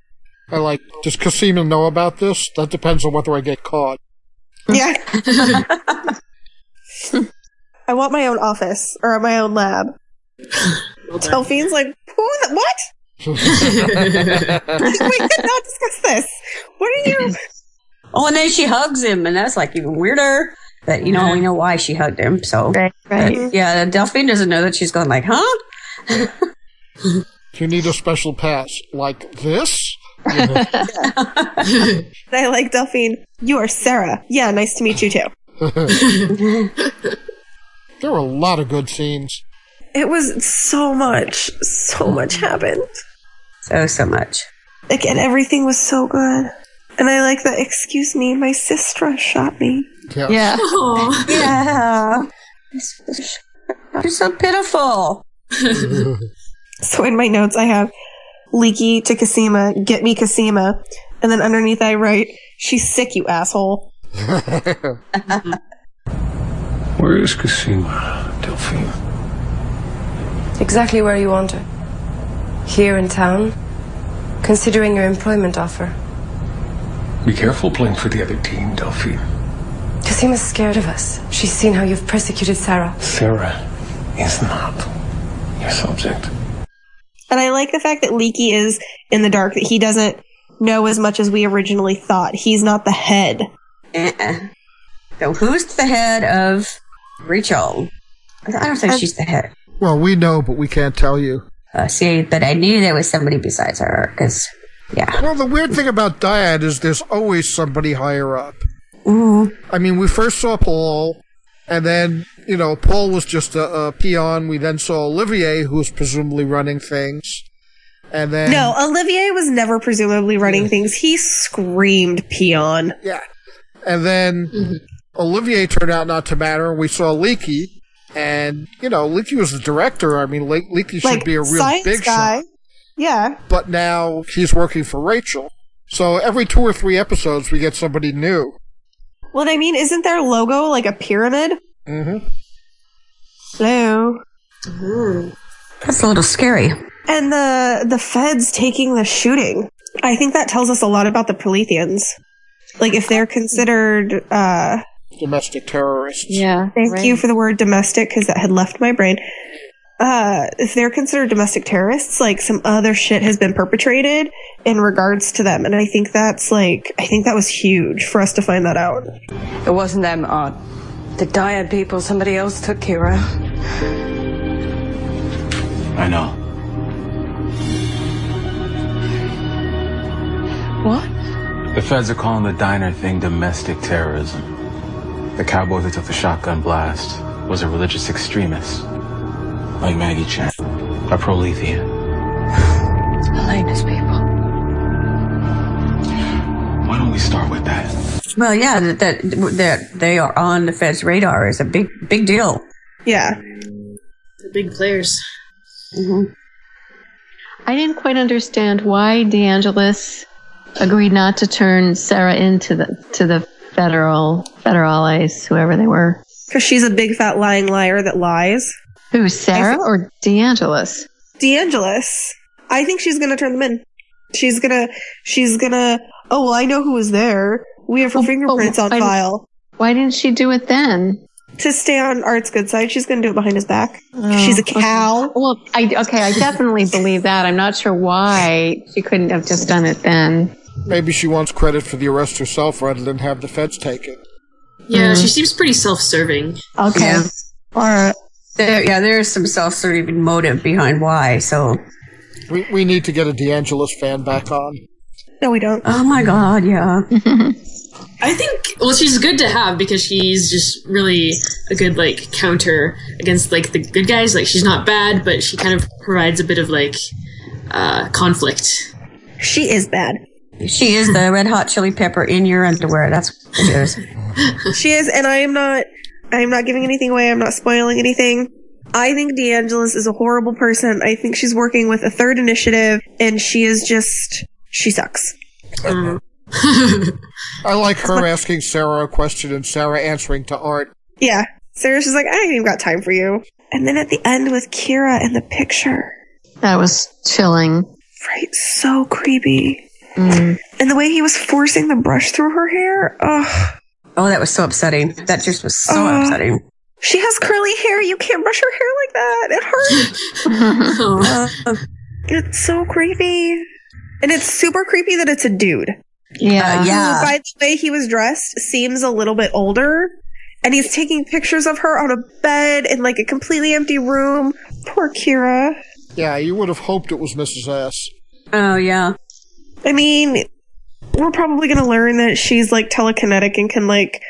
Speaker 1: I like, does Casima know about this? That depends on whether I get caught.
Speaker 2: yeah. I want my own office or my own lab. Delphine's like, who? The, what? we could not discuss this. What are you?
Speaker 3: Oh, and then she hugs him, and that's like even weirder. But you know, we know why she hugged him. So right,
Speaker 1: right.
Speaker 3: yeah, Delphine doesn't know that she's going like, huh?
Speaker 1: Do you need a special pass like this?
Speaker 2: And I like Delphine. You are Sarah. Yeah, nice to meet you too.
Speaker 1: there were a lot of good scenes.
Speaker 2: It was so much, so much happened.
Speaker 3: So so much.
Speaker 2: Like, and everything was so good. And I like the excuse me, my sister shot me.
Speaker 3: Yeah.
Speaker 2: Aw.
Speaker 3: Yeah. You're so pitiful.
Speaker 2: So in my notes, I have Leaky to Kasima, get me Kasima. And then underneath, I write, she's sick, you asshole.
Speaker 21: Where is Casima, Delphine?
Speaker 16: Exactly where you want her. Here in town, considering your employment offer.
Speaker 21: Be careful playing for the other team, Delphine.
Speaker 16: Casima's scared of us. She's seen how you've persecuted Sarah.
Speaker 21: Sarah is not your subject.
Speaker 2: And I like the fact that Leaky is in the dark, that he doesn't know as much as we originally thought. He's not the head.
Speaker 3: Uh-uh. So who's the head of Rachel? I don't think she's the head.
Speaker 1: Well, we know, but we can't tell you.
Speaker 3: Uh, see, but I knew there was somebody besides her because, yeah.
Speaker 1: Well, the weird thing about Dyad is there's always somebody higher up.
Speaker 3: Ooh.
Speaker 1: I mean, we first saw Paul, and then, you know, Paul was just a, a peon. We then saw Olivier, who was presumably running things. And then.
Speaker 2: No, Olivier was never presumably running things. He screamed peon.
Speaker 1: Yeah. And then
Speaker 2: Mm-hmm.
Speaker 1: Olivier turned out not to matter, and we saw Leaky. And, you know, Leaky was the director. I mean, Le- Leaky should be a real
Speaker 2: science
Speaker 1: big
Speaker 2: guy.
Speaker 1: shot.
Speaker 2: Yeah.
Speaker 1: But now he's working for Rachel. So every two or three episodes, we get somebody new.
Speaker 2: What I mean, isn't their logo like a pyramid?
Speaker 1: Mm-hmm.
Speaker 2: Hello.
Speaker 3: That's a little scary.
Speaker 2: And the the feds taking the shooting. I think that tells us a lot about the Prolethians. Like if they're considered uh
Speaker 1: Domestic terrorists.
Speaker 2: Thank
Speaker 1: right.
Speaker 2: you for the word domestic because that had left my brain. Uh, if they're considered domestic terrorists, like some other shit has been perpetrated in regards to them. And I think that's like, I think that was huge for us to find that out.
Speaker 16: It wasn't them
Speaker 22: uh,
Speaker 16: odd. The Dyad people, somebody else took Kira.
Speaker 18: I know.
Speaker 16: What?
Speaker 18: The feds are calling the diner thing domestic terrorism. The cowboy who took the shotgun blast was a religious extremist, like Maggie Chan, a Prolethean.
Speaker 19: Elena's people.
Speaker 18: Why don't we start with that?
Speaker 3: Well, yeah, that, that that they are on the Fed's radar is a big big deal.
Speaker 2: Yeah, Mm-hmm.
Speaker 5: the big players.
Speaker 4: I didn't quite understand why DeAngelis agreed not to turn Sarah into the to the federal federales, whoever they were.
Speaker 2: Because she's a big fat lying liar that lies.
Speaker 4: Who, Sarah or DeAngelis?
Speaker 2: DeAngelis, I think she's gonna turn them in. She's gonna, she's gonna, oh, well, I know who was there. We have her fingerprints on
Speaker 4: Oh, I-
Speaker 2: file.
Speaker 4: Why didn't she do it then?
Speaker 2: To stay on Art's good side, she's gonna do it behind his back.
Speaker 4: Oh,
Speaker 2: she's a cow.
Speaker 4: Well, I okay, I definitely believe that. I'm not sure why she couldn't have just done it then.
Speaker 1: Maybe she wants credit for the arrest herself rather than have the feds take it.
Speaker 5: Yeah,
Speaker 2: Mm-hmm.
Speaker 5: she seems pretty self-serving.
Speaker 3: Okay.
Speaker 5: Yeah.
Speaker 3: All right. There, yeah, there is some self-serving motive behind why. So
Speaker 1: we we need to get a D'Angelo's fan back on.
Speaker 2: No, we don't.
Speaker 3: Oh my god, yeah.
Speaker 5: I think well, she's good to have because she's just really a good like counter against like the good guys. Like she's not bad, but she kind of provides a bit of like uh, conflict.
Speaker 2: She is bad.
Speaker 3: she is the red hot chili pepper in your underwear. That's what she is.
Speaker 2: she is, and I am not. I am not giving anything away. I'm not spoiling anything. I think DeAngelis is a horrible person. I think she's working with a third initiative, and she is just she sucks.
Speaker 1: I like her asking Sarah a question and Sarah answering to Art.
Speaker 2: Yeah, Sarah's just like I ain't even got time for you. And then at the end with Kira in the picture,
Speaker 4: That was chilling.
Speaker 2: right? So creepy.
Speaker 4: Mm.
Speaker 2: And the way he was forcing the brush through her hair. Ugh.
Speaker 3: Oh, that was so upsetting. That just was so
Speaker 2: Uh,
Speaker 3: upsetting.
Speaker 2: She has curly hair. You can't brush her hair like that. It hurts. Uh, it's so creepy. And it's super creepy that it's a dude. Uh,
Speaker 4: Yeah.
Speaker 2: Who,
Speaker 3: yeah.
Speaker 2: by the way he was dressed, seems a little bit older. And he's taking pictures of her on a bed in like a completely empty room. Poor Kira.
Speaker 1: Yeah, you would have hoped it was Mrs. S.
Speaker 3: Oh yeah.
Speaker 2: I mean, we're probably gonna learn that she's like telekinetic and can like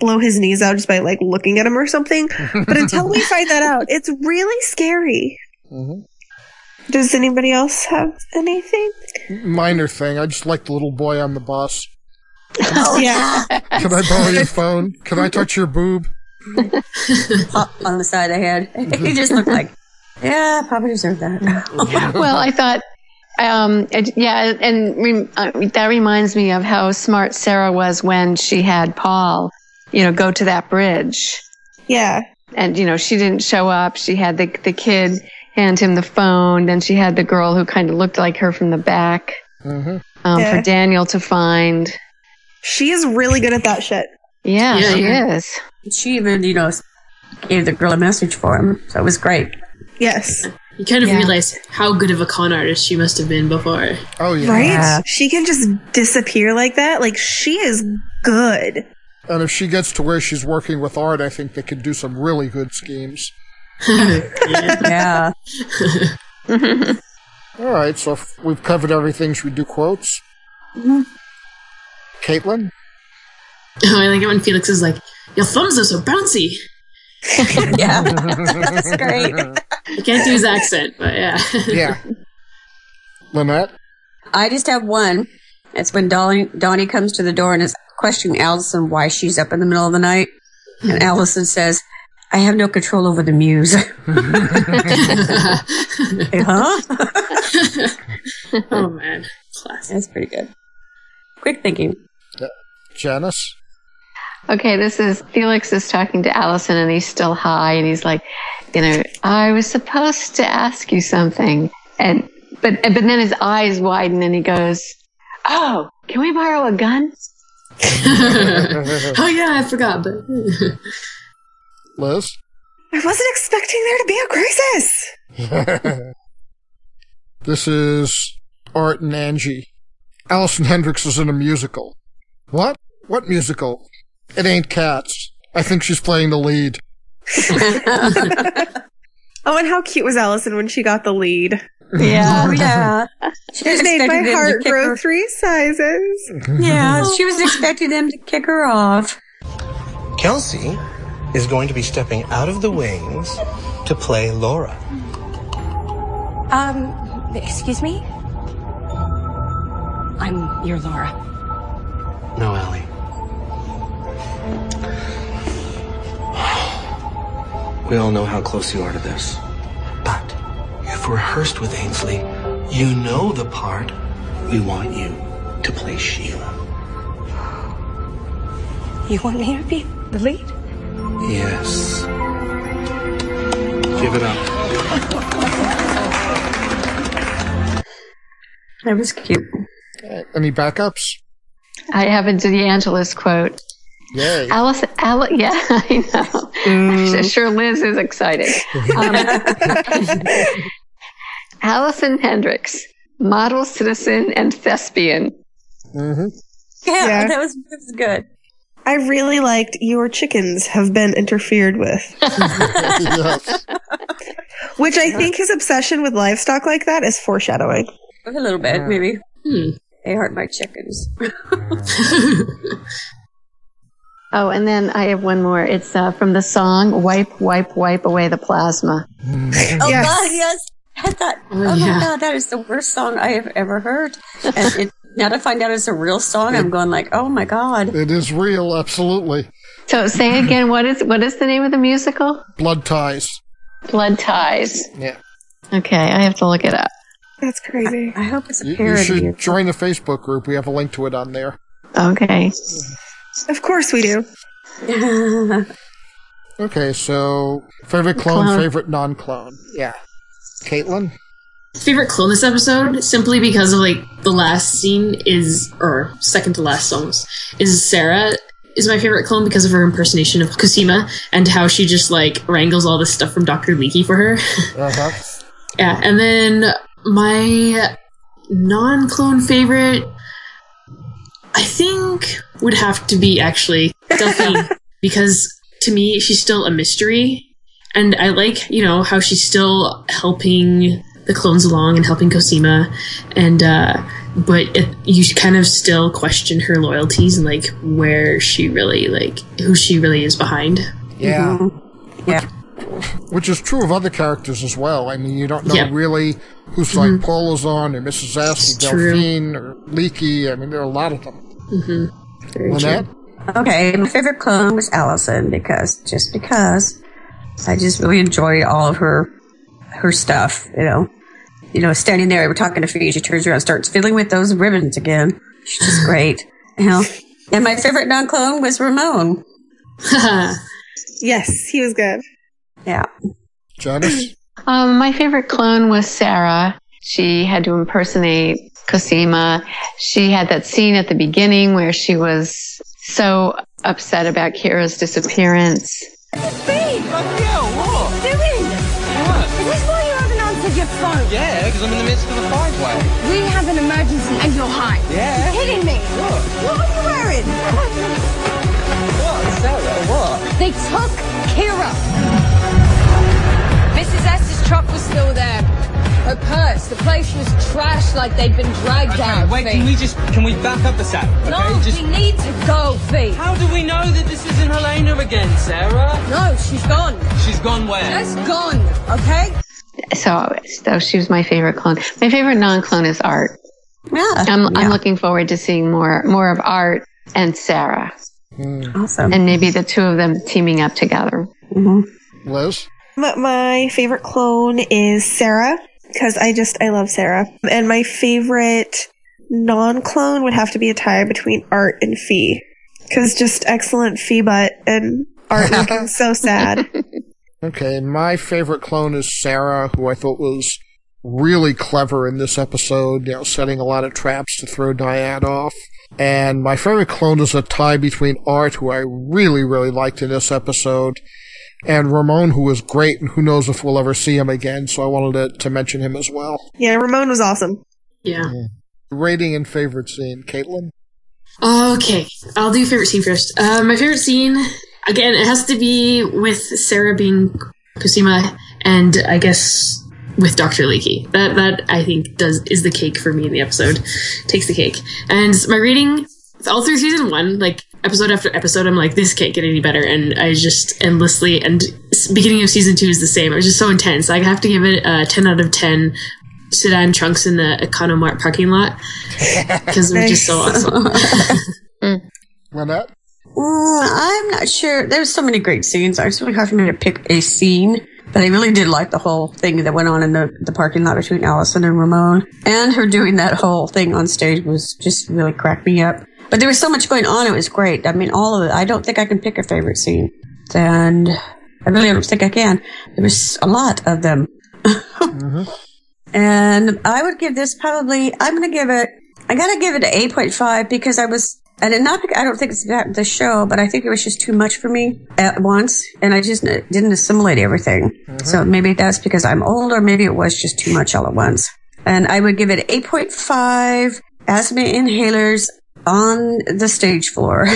Speaker 2: blow his knees out just by like looking at him or something. But until we find that out, it's really scary. Does anybody else have anything?
Speaker 1: Minor thing. I just like the little boy on the bus.
Speaker 2: Oh, yeah.
Speaker 1: Can I borrow your phone? Can I touch your boob?
Speaker 3: Pop on the side of the head. He just looked like, yeah, probably deserved that.
Speaker 4: well, I thought, um, it- yeah, and re- uh, that reminds me of how smart Sarah was when she had Paul, you know, go to that bridge.
Speaker 2: Yeah.
Speaker 4: And, you know, she didn't show up. She had the, the kid hand him the phone. Then she had the girl who kind of looked like her from the back um,
Speaker 2: Yeah.
Speaker 4: for Daniel to find.
Speaker 2: She is really good at that shit.
Speaker 4: Yeah,
Speaker 3: Yeah.
Speaker 4: she is.
Speaker 3: she even, you know, gave the girl a message for him. So it was great.
Speaker 2: Yes.
Speaker 5: You kind of
Speaker 2: Yeah.
Speaker 5: realize how good of a con artist she must have been before.
Speaker 1: Oh
Speaker 2: Right? She can just disappear like that. Like she is good.
Speaker 1: And if she gets to where she's working with Art, I think they could do some really good schemes.
Speaker 3: yeah.
Speaker 1: All right, so if we've covered everything. Should we do quotes? Caitlin?
Speaker 5: I like it when Felix is like, "Your thumbs are so bouncy."
Speaker 3: yeah, that's great.
Speaker 5: I can't do his accent, but yeah.
Speaker 1: Yeah. Lynette?
Speaker 3: I just have one. It's when Dolly, Donnie comes to the door and is questioning Allison why she's up in the middle of the night. And Allison says, I have no control over the muse. huh?
Speaker 5: oh man, classic.
Speaker 3: That's pretty good. Quick thinking.
Speaker 1: Uh, Janice?
Speaker 4: Okay, this is Felix is talking to Allison and he's still high and he's like, you know, I was supposed to ask you something. And but but then his eyes widen and he goes, "Oh, can we borrow a gun?"
Speaker 5: oh yeah, I forgot. But
Speaker 1: Liz?
Speaker 2: I wasn't expecting there to be a crisis.
Speaker 1: this is Art and Angie. Allison Hendricks is in a musical. What? What musical? It ain't Cats. I think she's playing the lead.
Speaker 2: Oh, and how cute was Allison when she got the lead?
Speaker 3: Yeah, yeah. She
Speaker 2: It made
Speaker 3: expected
Speaker 2: my
Speaker 3: them to
Speaker 2: heart
Speaker 3: kick
Speaker 2: grow
Speaker 3: her-
Speaker 2: three sizes.
Speaker 3: Yeah,
Speaker 1: Mm-hmm.
Speaker 3: she was expecting them to kick her off.
Speaker 6: Kelsey is going to be stepping out of the wings to play Laura.
Speaker 11: Um, excuse me? I'm your Laura.
Speaker 6: No, Allie. We all know how close you are to this. But you've rehearsed with Ainsley. You know the part. We want you to play Sheila.
Speaker 11: You want me to be the lead?
Speaker 6: Yes. Give it up.
Speaker 3: That was cute.
Speaker 1: Uh, Any backups?
Speaker 4: I have a DeAngelis quote.
Speaker 1: Yay.
Speaker 3: Um,
Speaker 4: Allison, Al- yeah, I know. I'm sure Liz is excited. Um, Allison Hendricks, model, citizen, and thespian.
Speaker 1: Mm-hmm.
Speaker 3: Yeah, that was, that was good.
Speaker 2: I really liked your chickens have been interfered with. Which I think his obsession with livestock like that is foreshadowing.
Speaker 3: A little bit,
Speaker 2: Yeah.
Speaker 3: maybe.
Speaker 5: Hmm.
Speaker 3: They hurt my chickens.
Speaker 4: Oh, and then I have one more. It's uh, from the song "Wipe, Wipe, Wipe Away the Plasma."
Speaker 13: Mm.
Speaker 3: Oh God, yes. I thought, oh my
Speaker 4: yeah.
Speaker 3: God, that is the worst song I have ever heard. And it, now to find out it's a real song, I'm going like, oh my God.
Speaker 1: It is real, absolutely.
Speaker 4: So say again, what is what is the name of the musical?
Speaker 1: Blood ties.
Speaker 4: Blood Ties.
Speaker 1: Yeah.
Speaker 4: Okay, I have to look it up.
Speaker 2: That's crazy.
Speaker 3: I, hope it's
Speaker 1: You, you should join the Facebook group. We have a link to it on there.
Speaker 4: Okay.
Speaker 2: Of course we do.
Speaker 1: Okay, so favorite clone,
Speaker 5: Clone.
Speaker 1: favorite non-clone. Yeah. Caitlin?
Speaker 5: Favorite clone this episode, simply because of like the last scene is, or second to last almost, is Sarah is my favorite clone because of her impersonation of Cosima and how she just like wrangles all this stuff from Dr. Leaky for her.
Speaker 1: Uh-huh.
Speaker 5: yeah, and then my non clone favorite, I think, would have to be actually Delphine because to me, she's still a mystery. And I like, you know, how she's still helping the clones along and helping Cosima. And, uh, but it, you kind of still question her loyalties and, like, where she really, like, who she really is behind.
Speaker 1: Yeah.
Speaker 3: Yeah.
Speaker 1: Which is true of other characters as well. I mean, you don't know
Speaker 5: Yeah. Mm-hmm.
Speaker 1: really who's like Paul is on or Mrs. S or
Speaker 5: It's true.
Speaker 1: Delphine or Leaky. I mean, there are a lot of them.
Speaker 3: Mm-hmm.
Speaker 1: Lynette?
Speaker 3: Okay, my favorite clone was Allison because just because I just really enjoyed all of her her stuff, you know. You know, standing there, we're talking to Fee, she turns around and starts fiddling with those ribbons again. She's just great. You know. And my favorite non clone was Ramon.
Speaker 2: yes, he was good.
Speaker 3: Yeah.
Speaker 1: Janice?
Speaker 4: Um, my favorite clone was Sarah. She had to impersonate Cosima. She had that scene at the beginning where she was so upset about Kira's disappearance.
Speaker 13: Babe! girl, what? What are you doing? What? Is this why you haven't answered your phone?
Speaker 10: Yeah, because I'm in the midst of a five-way.
Speaker 13: We have an emergency and you're high.
Speaker 10: Yeah.
Speaker 13: You're kidding me. What? What are you wearing?
Speaker 10: What, Sarah? What?
Speaker 13: They took Kira. Mrs. S's truck was still there. Her purse. The place was trashed like they'd been dragged out.
Speaker 10: Wait, can we just can we back up a sec? Okay,
Speaker 13: No,
Speaker 10: just
Speaker 13: we need to go, Fee.
Speaker 10: How do we know that this isn't Helena again, Sarah?
Speaker 13: No, she's gone.
Speaker 10: She's gone where?
Speaker 13: That's gone, okay?
Speaker 4: So, so she was my favorite clone. My favorite non-clone is Art.
Speaker 3: Yeah,
Speaker 4: I'm, I'm looking forward to seeing more, more of Art and Sarah.
Speaker 3: Awesome.
Speaker 4: And maybe the two of them teaming up together.
Speaker 1: Liz?
Speaker 2: My, my favorite clone is Sarah because I just I love Sarah, and my favorite non-clone would have to be a tie between Art and Fee because just excellent Fee butt and Art looking so sad.
Speaker 1: Okay, and my favorite clone is Sarah, who I thought was really clever in this episode, you know, setting a lot of traps to throw Dyad off. And my favorite clone is a tie between Art, who I really, really liked in this episode, and Ramon, who was great, and who knows if we'll ever see him again, so I wanted to, to mention him as well.
Speaker 2: Yeah, Ramon was awesome.
Speaker 5: Yeah.
Speaker 1: Mm-hmm. Rating and favorite scene, Caitlin?
Speaker 5: Okay, I'll do favorite scene first. Uh, my favorite scene, again, it has to be with Sarah being Cosima, and I guess with Doctor Leaky. That that I think does is the cake for me in the episode. Takes the cake. And my rating, all through season one, like episode after episode, I'm like, this can't get any better, and I just endlessly. And s- beginning of season two is the same. It was just so intense. I have to give it a ten out of ten. Sedan trunks in the Economart parking lot because it was just so
Speaker 3: Nice.
Speaker 5: awesome.
Speaker 1: Lynette?
Speaker 3: Mm, I'm not sure. There's so many great scenes. It's really hard for me to pick a scene, but I really did like the whole thing that went on in the, the parking lot between Allison and Ramon. And her doing that whole thing on stage was just really cracked me up. But there was so much going on. It was great. I mean, all of it. I don't think I can pick a favorite scene. And I really don't think I can. There was a lot of them. And I would give this probably, I'm going to give it, I got to give it an 8.5 because I was, I did not, I don't think it's about the show, but I think it was just too much for me at once. And I just n- didn't assimilate everything. So maybe that's because I'm old or maybe it was just too much all at once. And I would give it 8.5 asthma inhalers on the stage floor.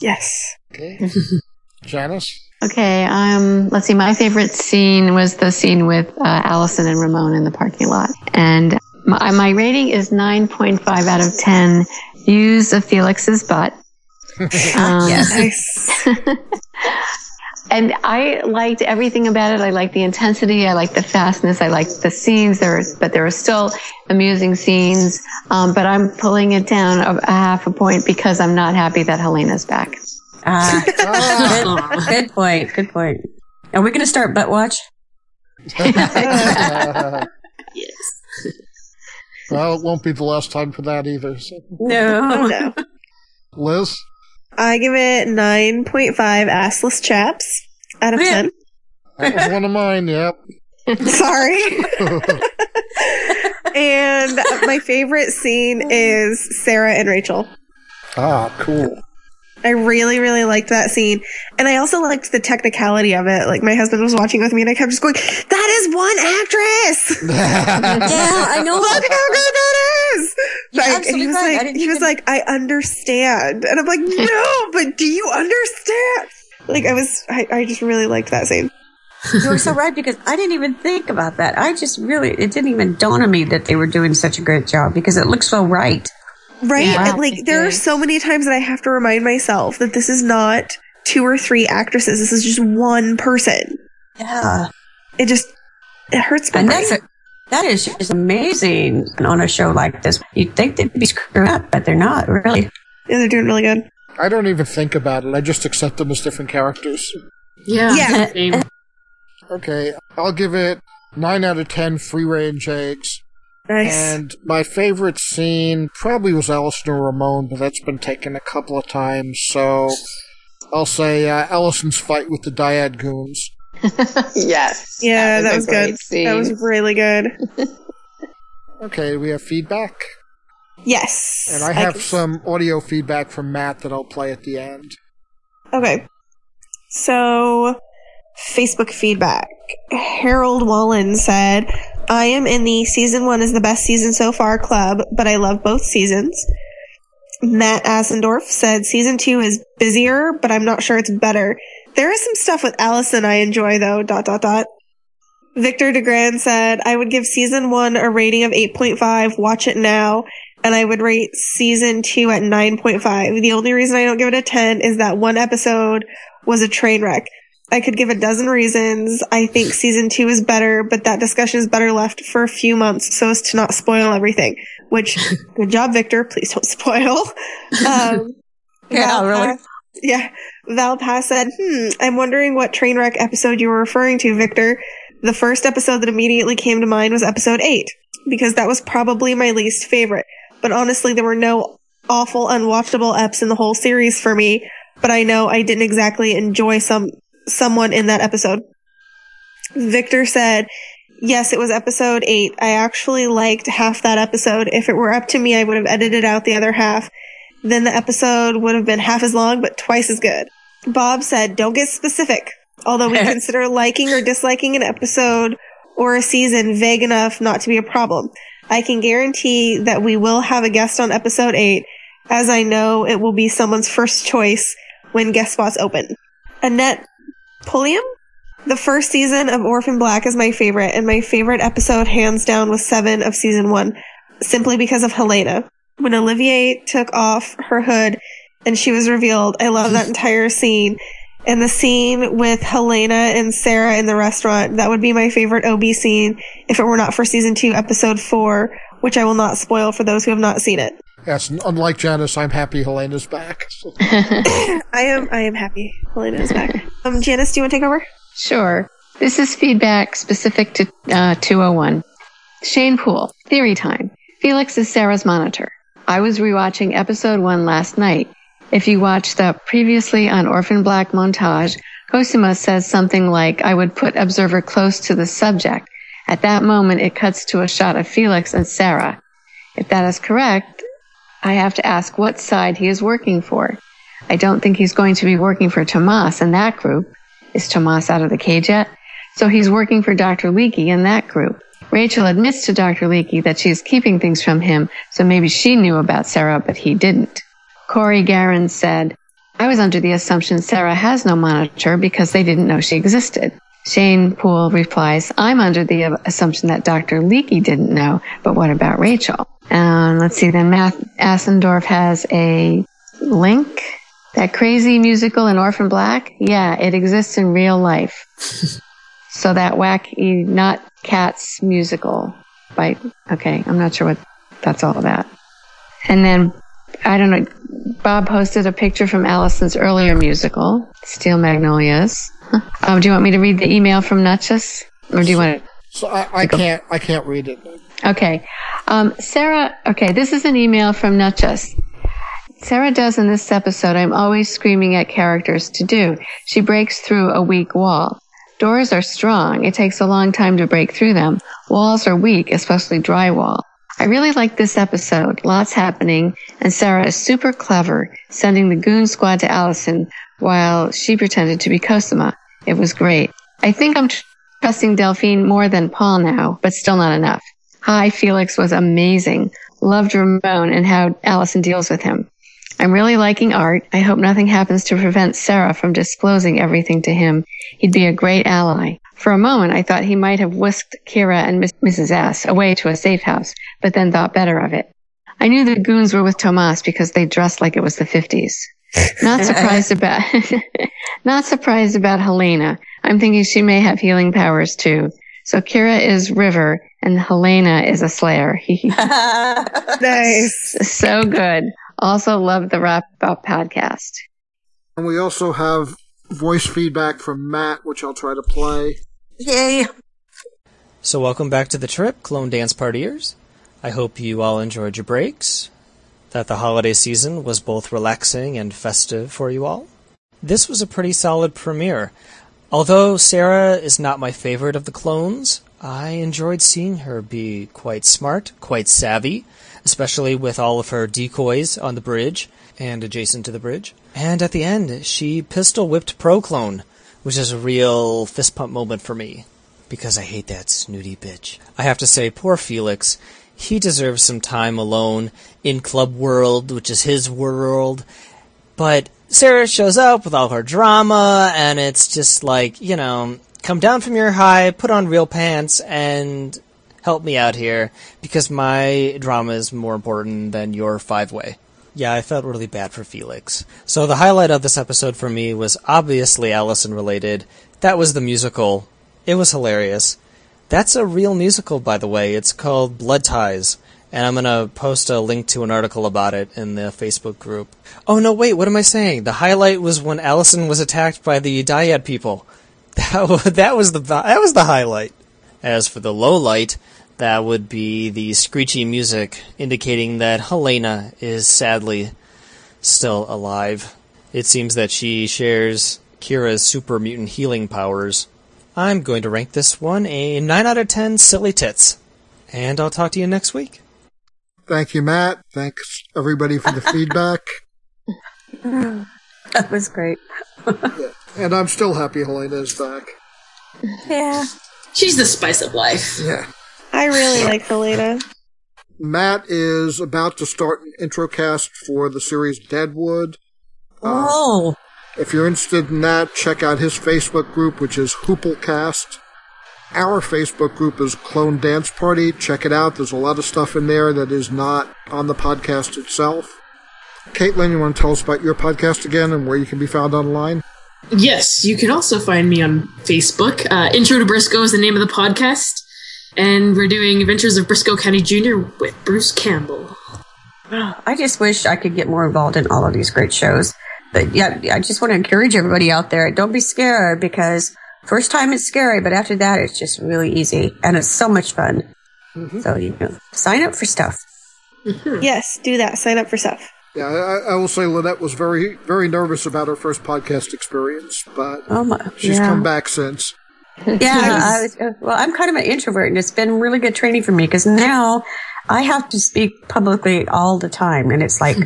Speaker 2: yes.
Speaker 1: Okay. Janice?
Speaker 4: Okay, um, let's see. My favorite scene was the scene with uh, Allison and Ramon in the parking lot. And my, uh, my rating is 9.5 out of 10 views of Felix's butt. Um,
Speaker 2: Yes.
Speaker 4: and I liked everything about it. I liked the intensity. I liked the fastness. I liked the scenes. There, was, but there were still amusing scenes. Um, but I'm pulling it down a, a half a point because I'm not happy that Helena's back.
Speaker 3: Ah, good, good point. Good point. Are we going to start butt watch?
Speaker 1: Uh, Well, it won't be the last time for that either. so.
Speaker 3: No.
Speaker 2: No.
Speaker 1: Liz?
Speaker 2: I give it 9.5 assless chaps out of 10.
Speaker 1: That was one of mine, yep.
Speaker 2: Sorry. and my favorite scene is Sarah and Rachel.
Speaker 1: Ah, cool.
Speaker 2: I really, really liked that scene. And I also liked the technicality of it. Like, my husband was watching with me and I kept just going, that is one actress!
Speaker 3: yeah, I know.
Speaker 2: Look how good that is!
Speaker 3: You're
Speaker 2: Like, and
Speaker 3: absolutely
Speaker 2: he was
Speaker 3: right. I
Speaker 2: like,
Speaker 3: didn't
Speaker 2: he was like, I understand. And I'm like, no, but do you understand? Like, I was, I, I just really liked that scene.
Speaker 3: You're so right because I didn't even think about that. I just really, it didn't even dawn on me that they were doing such a great job because it looks so right.
Speaker 2: Right?
Speaker 3: Yeah.
Speaker 2: And, like, there are so many times that I have to remind myself that this is not two or three actresses. This is just one person.
Speaker 3: Yeah.
Speaker 2: It just, it hurts my
Speaker 3: Uh, And
Speaker 2: brain.
Speaker 3: that's a, that is just amazing on a show like this. You'd think they'd be screwed up, but they're not really.
Speaker 2: Yeah, they're doing really good.
Speaker 1: I don't even think about it. I just accept them as different characters.
Speaker 5: Yeah.
Speaker 2: Yeah.
Speaker 5: Same.
Speaker 1: Okay, I'll give it 9 out of 10 free range eggs.
Speaker 2: Nice.
Speaker 1: And my favorite scene probably was Allison or Ramon, but that's been taken a couple of times, so I'll say uh, Allison's fight with the Dyad Goons.
Speaker 4: yes.
Speaker 2: Yeah,
Speaker 1: That
Speaker 2: that
Speaker 1: was
Speaker 2: was,
Speaker 1: a
Speaker 2: good.
Speaker 1: great scene.
Speaker 2: That was really good.
Speaker 1: Okay, we have feedback.
Speaker 2: Yes.
Speaker 1: And I have
Speaker 2: can-
Speaker 1: some audio feedback from Matt that I'll play at the end.
Speaker 2: Okay. So, Facebook feedback. Harold Wallen said, I am in the season one is the best season so far club, but I love both seasons. Matt Asendorf said, season two is busier, but I'm not sure it's better. There is some stuff with Allison I enjoy though, dot dot dot. Victor DeGrand said, I would give season one a rating of 8.5, watch it now, and I would rate season two at 9.5. The only reason I don't give it a 10 is that one episode was a train wreck. I could give a dozen reasons. I think season two is better, but that discussion is better left for a few months so as to not spoil everything, which, good job, Victor. Please don't spoil. Um,
Speaker 3: Yeah, really.
Speaker 2: yeah. Valpass said, hmm, I'm wondering what train wreck episode you were referring to, Victor. The first episode that immediately came to mind was episode 8, because that was probably my least favorite. But honestly, there were no awful, unwatchable eps in the whole series for me, but I know I didn't exactly enjoy some someone in that episode. Victor said, Yes, it was episode eight. I actually liked half that episode. If it were up to me, I would have edited out the other half. Then the episode would have been half as long, but twice as good. Bob said, Don't get specific. Although we consider liking or disliking an episode or a season vague enough not to be a problem. I can guarantee that we will have a guest on episode eight, as I know it will be someone's first choice when guest spots open. Annette Pulliam? The first season of Orphan Black is my favorite, and my favorite episode, hands down, was seven of season one, simply because of Helena. When Olivier took off her hood and she was revealed, I love that entire scene. And the scene with Helena and Sarah in the restaurant, that would be my favorite OB scene if it were not for season two, episode four, which I will not spoil for those who have not seen it.
Speaker 1: Yes, and unlike Janice, I'm happy Helena's back.
Speaker 2: I am I am happy. Helena is back. Um, Janice, do you want to take over?
Speaker 4: Sure. This is feedback specific to uh, 201. Shane Poole, Theory Time. Felix is Sarah's monitor. I was rewatching episode one last night. If you watched the previously on Orphan Black montage, Cosima says something like, I would put observer close to the subject. At that moment, it cuts to a shot of Felix and Sarah. If that is correct, I have to ask what side he is working for. I don't think he's going to be working for Tomas and that group. Is Tomas out of the cage yet? So he's working for Dr. Leakey in that group. Rachel admits to Dr. Leakey that she's keeping things from him, so maybe she knew about Sarah, but he didn't. Corey Garin said, I was under the assumption Sarah has no monitor because they didn't know she existed. Shane Poole replies, I'm under the assumption that Dr. Leakey didn't know, but what about Rachel? Um, let's see, then Math Assendorf has a link. That crazy musical in Orphan Black? Yeah, it exists in real life. so that wacky, not cats musical by, okay, I'm not sure what that's all about. And then, I don't know, Bob posted a picture from Allison's earlier musical, Steel Magnolias. Huh. Um, do you want me to read the email from Nutchess? Or do you want to?
Speaker 1: So I, I can't I can't read it.
Speaker 4: Okay. Um, Sarah, okay, this is an email from Nutchess. Sarah does in this episode, I'm always screaming at characters to do. She breaks through a weak wall. Doors are strong. It takes a long time to break through them. Walls are weak, especially drywall. I really like this episode. Lots happening, and Sarah is super clever, sending the goon squad to Allison while she pretended to be Cosima. It was great. I think I'm tr- trusting Delphine more than Paul now, but still not enough. Hi, Felix was amazing. Loved Ramon and how Allison deals with him. I'm really liking Art. I hope nothing happens to prevent Sarah from disclosing everything to him. He'd be a great ally. For a moment, I thought he might have whisked Kira and Miss- Mrs. S away to a safe house, but then thought better of it. I knew the goons were with Tomas because they dressed like it was the 50s. Not surprised about, not surprised about Helena. I'm thinking she may have healing powers too. So Kira is River and Helena is a Slayer.
Speaker 2: nice.
Speaker 4: So good. Also love the Wrap Up podcast.
Speaker 1: And we also have voice feedback from Matt, which I'll try to play.
Speaker 3: Yay!
Speaker 7: So, welcome back to the trip, Clone Dance Partiers. I hope you all enjoyed your breaks, that the holiday season was both relaxing and festive for you all. This was a pretty solid premiere. Although Sarah is not my favorite of the clones, I enjoyed seeing her be quite smart, quite savvy, especially with all of her decoys on the bridge and adjacent to the bridge. And at the end, she pistol whipped Proclone, which is a real fist pump moment for me, because I hate that snooty bitch. I have to say, poor Felix, he deserves some time alone in Club World, which is his world. But Sarah shows up with all her drama, and it's just like, you know, come down from your high, put on real pants, and help me out here because my drama is more important than your five way. Yeah, I felt really bad for Felix. So the highlight of this episode for me was obviously Allison related. That was the musical. It was hilarious. That's a real musical, by the way. It's called Blood Ties. And I'm gonna post a link to an article about it in the Facebook group. Oh no, wait, what am I saying? The highlight was when Allison was attacked by the Dyad people. That was, that was the, that was the highlight. As for the low light, that would be the screechy music indicating that Helena is sadly still alive. It seems that she shares Kira's super mutant healing powers. I'm going to rank this one a 9 out of 10 silly tits. And I'll talk to you next week.
Speaker 1: Thank you, Matt. Thanks everybody for the feedback.
Speaker 3: That was great.
Speaker 1: And I'm still happy Helena is back.
Speaker 2: Yeah.
Speaker 5: She's the spice of life.
Speaker 1: Yeah.
Speaker 2: I really like Helena.
Speaker 1: Matt is about to start an intro cast for the series Deadwood. Uh,
Speaker 3: Oh,
Speaker 1: if you're interested in that, check out his Facebook group, which is Hooplecast. Our Facebook group is Clone Dance Party. Check it out. There's a lot of stuff in there that is not on the podcast itself. Caitlin, you want to tell us about your podcast again and where you can be found online?
Speaker 5: Yes, you can also find me on Facebook. Uh, Intro to Briscoe is the name of the podcast, and we're doing Adventures of Briscoe County Jr. with Bruce Campbell.
Speaker 3: I just wish I could get more involved in all of these great shows. But yeah, I just want to encourage everybody out there. Don't be scared because first time it's scary, but after that it's just really easy and it's so much fun. So you know, sign up for stuff.
Speaker 2: Yes, do that. Sign up for stuff.
Speaker 1: Yeah, I, I will say Lynette was very, very nervous about her first podcast experience, but
Speaker 3: Oh my-
Speaker 1: she's
Speaker 3: yeah.
Speaker 1: come back since.
Speaker 3: Yeah, I was, uh, well, I'm kind of an introvert, and it's been really good training for me because now I have to speak publicly all the time, and it's like,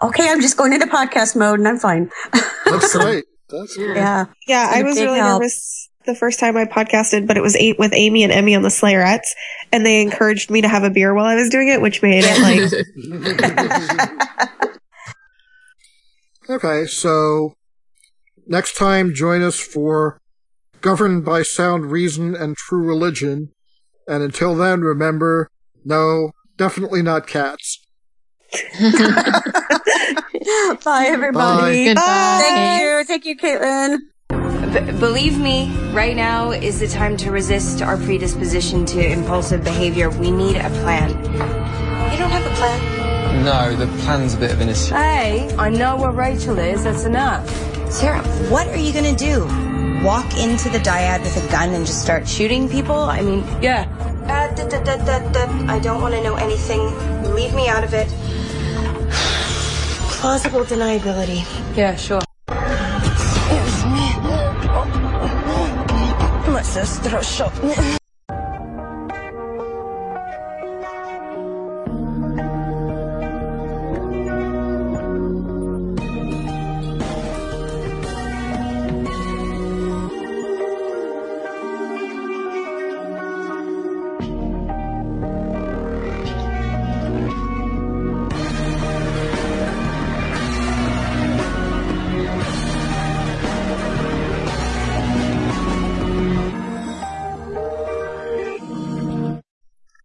Speaker 3: okay, I'm just going into podcast mode, and I'm fine.
Speaker 1: Hmm. That's great. That's great.
Speaker 3: Yeah.
Speaker 2: Yeah,
Speaker 3: It's
Speaker 2: I
Speaker 3: a
Speaker 2: was
Speaker 3: big
Speaker 2: really
Speaker 3: help.
Speaker 2: nervous the first time I podcasted, but it was eight with Amy and Emmy on the Slayerettes, and they encouraged me to have a beer while I was doing it, which made it like
Speaker 1: Okay, so next time join us for Governed by Sound Reason and True Religion. And until then, remember no, definitely not cats.
Speaker 13: Bye, everybody.
Speaker 1: Bye. Goodbye.
Speaker 11: Thank
Speaker 13: you. Thank you, Caitlin.
Speaker 11: B- believe me, right now is the time to resist our predisposition to impulsive behavior. We need a plan. You don't have a plan.
Speaker 9: No, the plan's a bit of an
Speaker 17: Uh,
Speaker 9: issue.
Speaker 11: Hey, I know where Rachel is. That's enough. Sarah, what are you gonna do? Walk into the dyad with a gun and just start shooting people? I mean, yeah. Uh, da, da, da, da, da. I don't want to know anything. Leave me out of it. Plausible deniability. Yeah, sure.
Speaker 19: It was me. Let's just throw shot.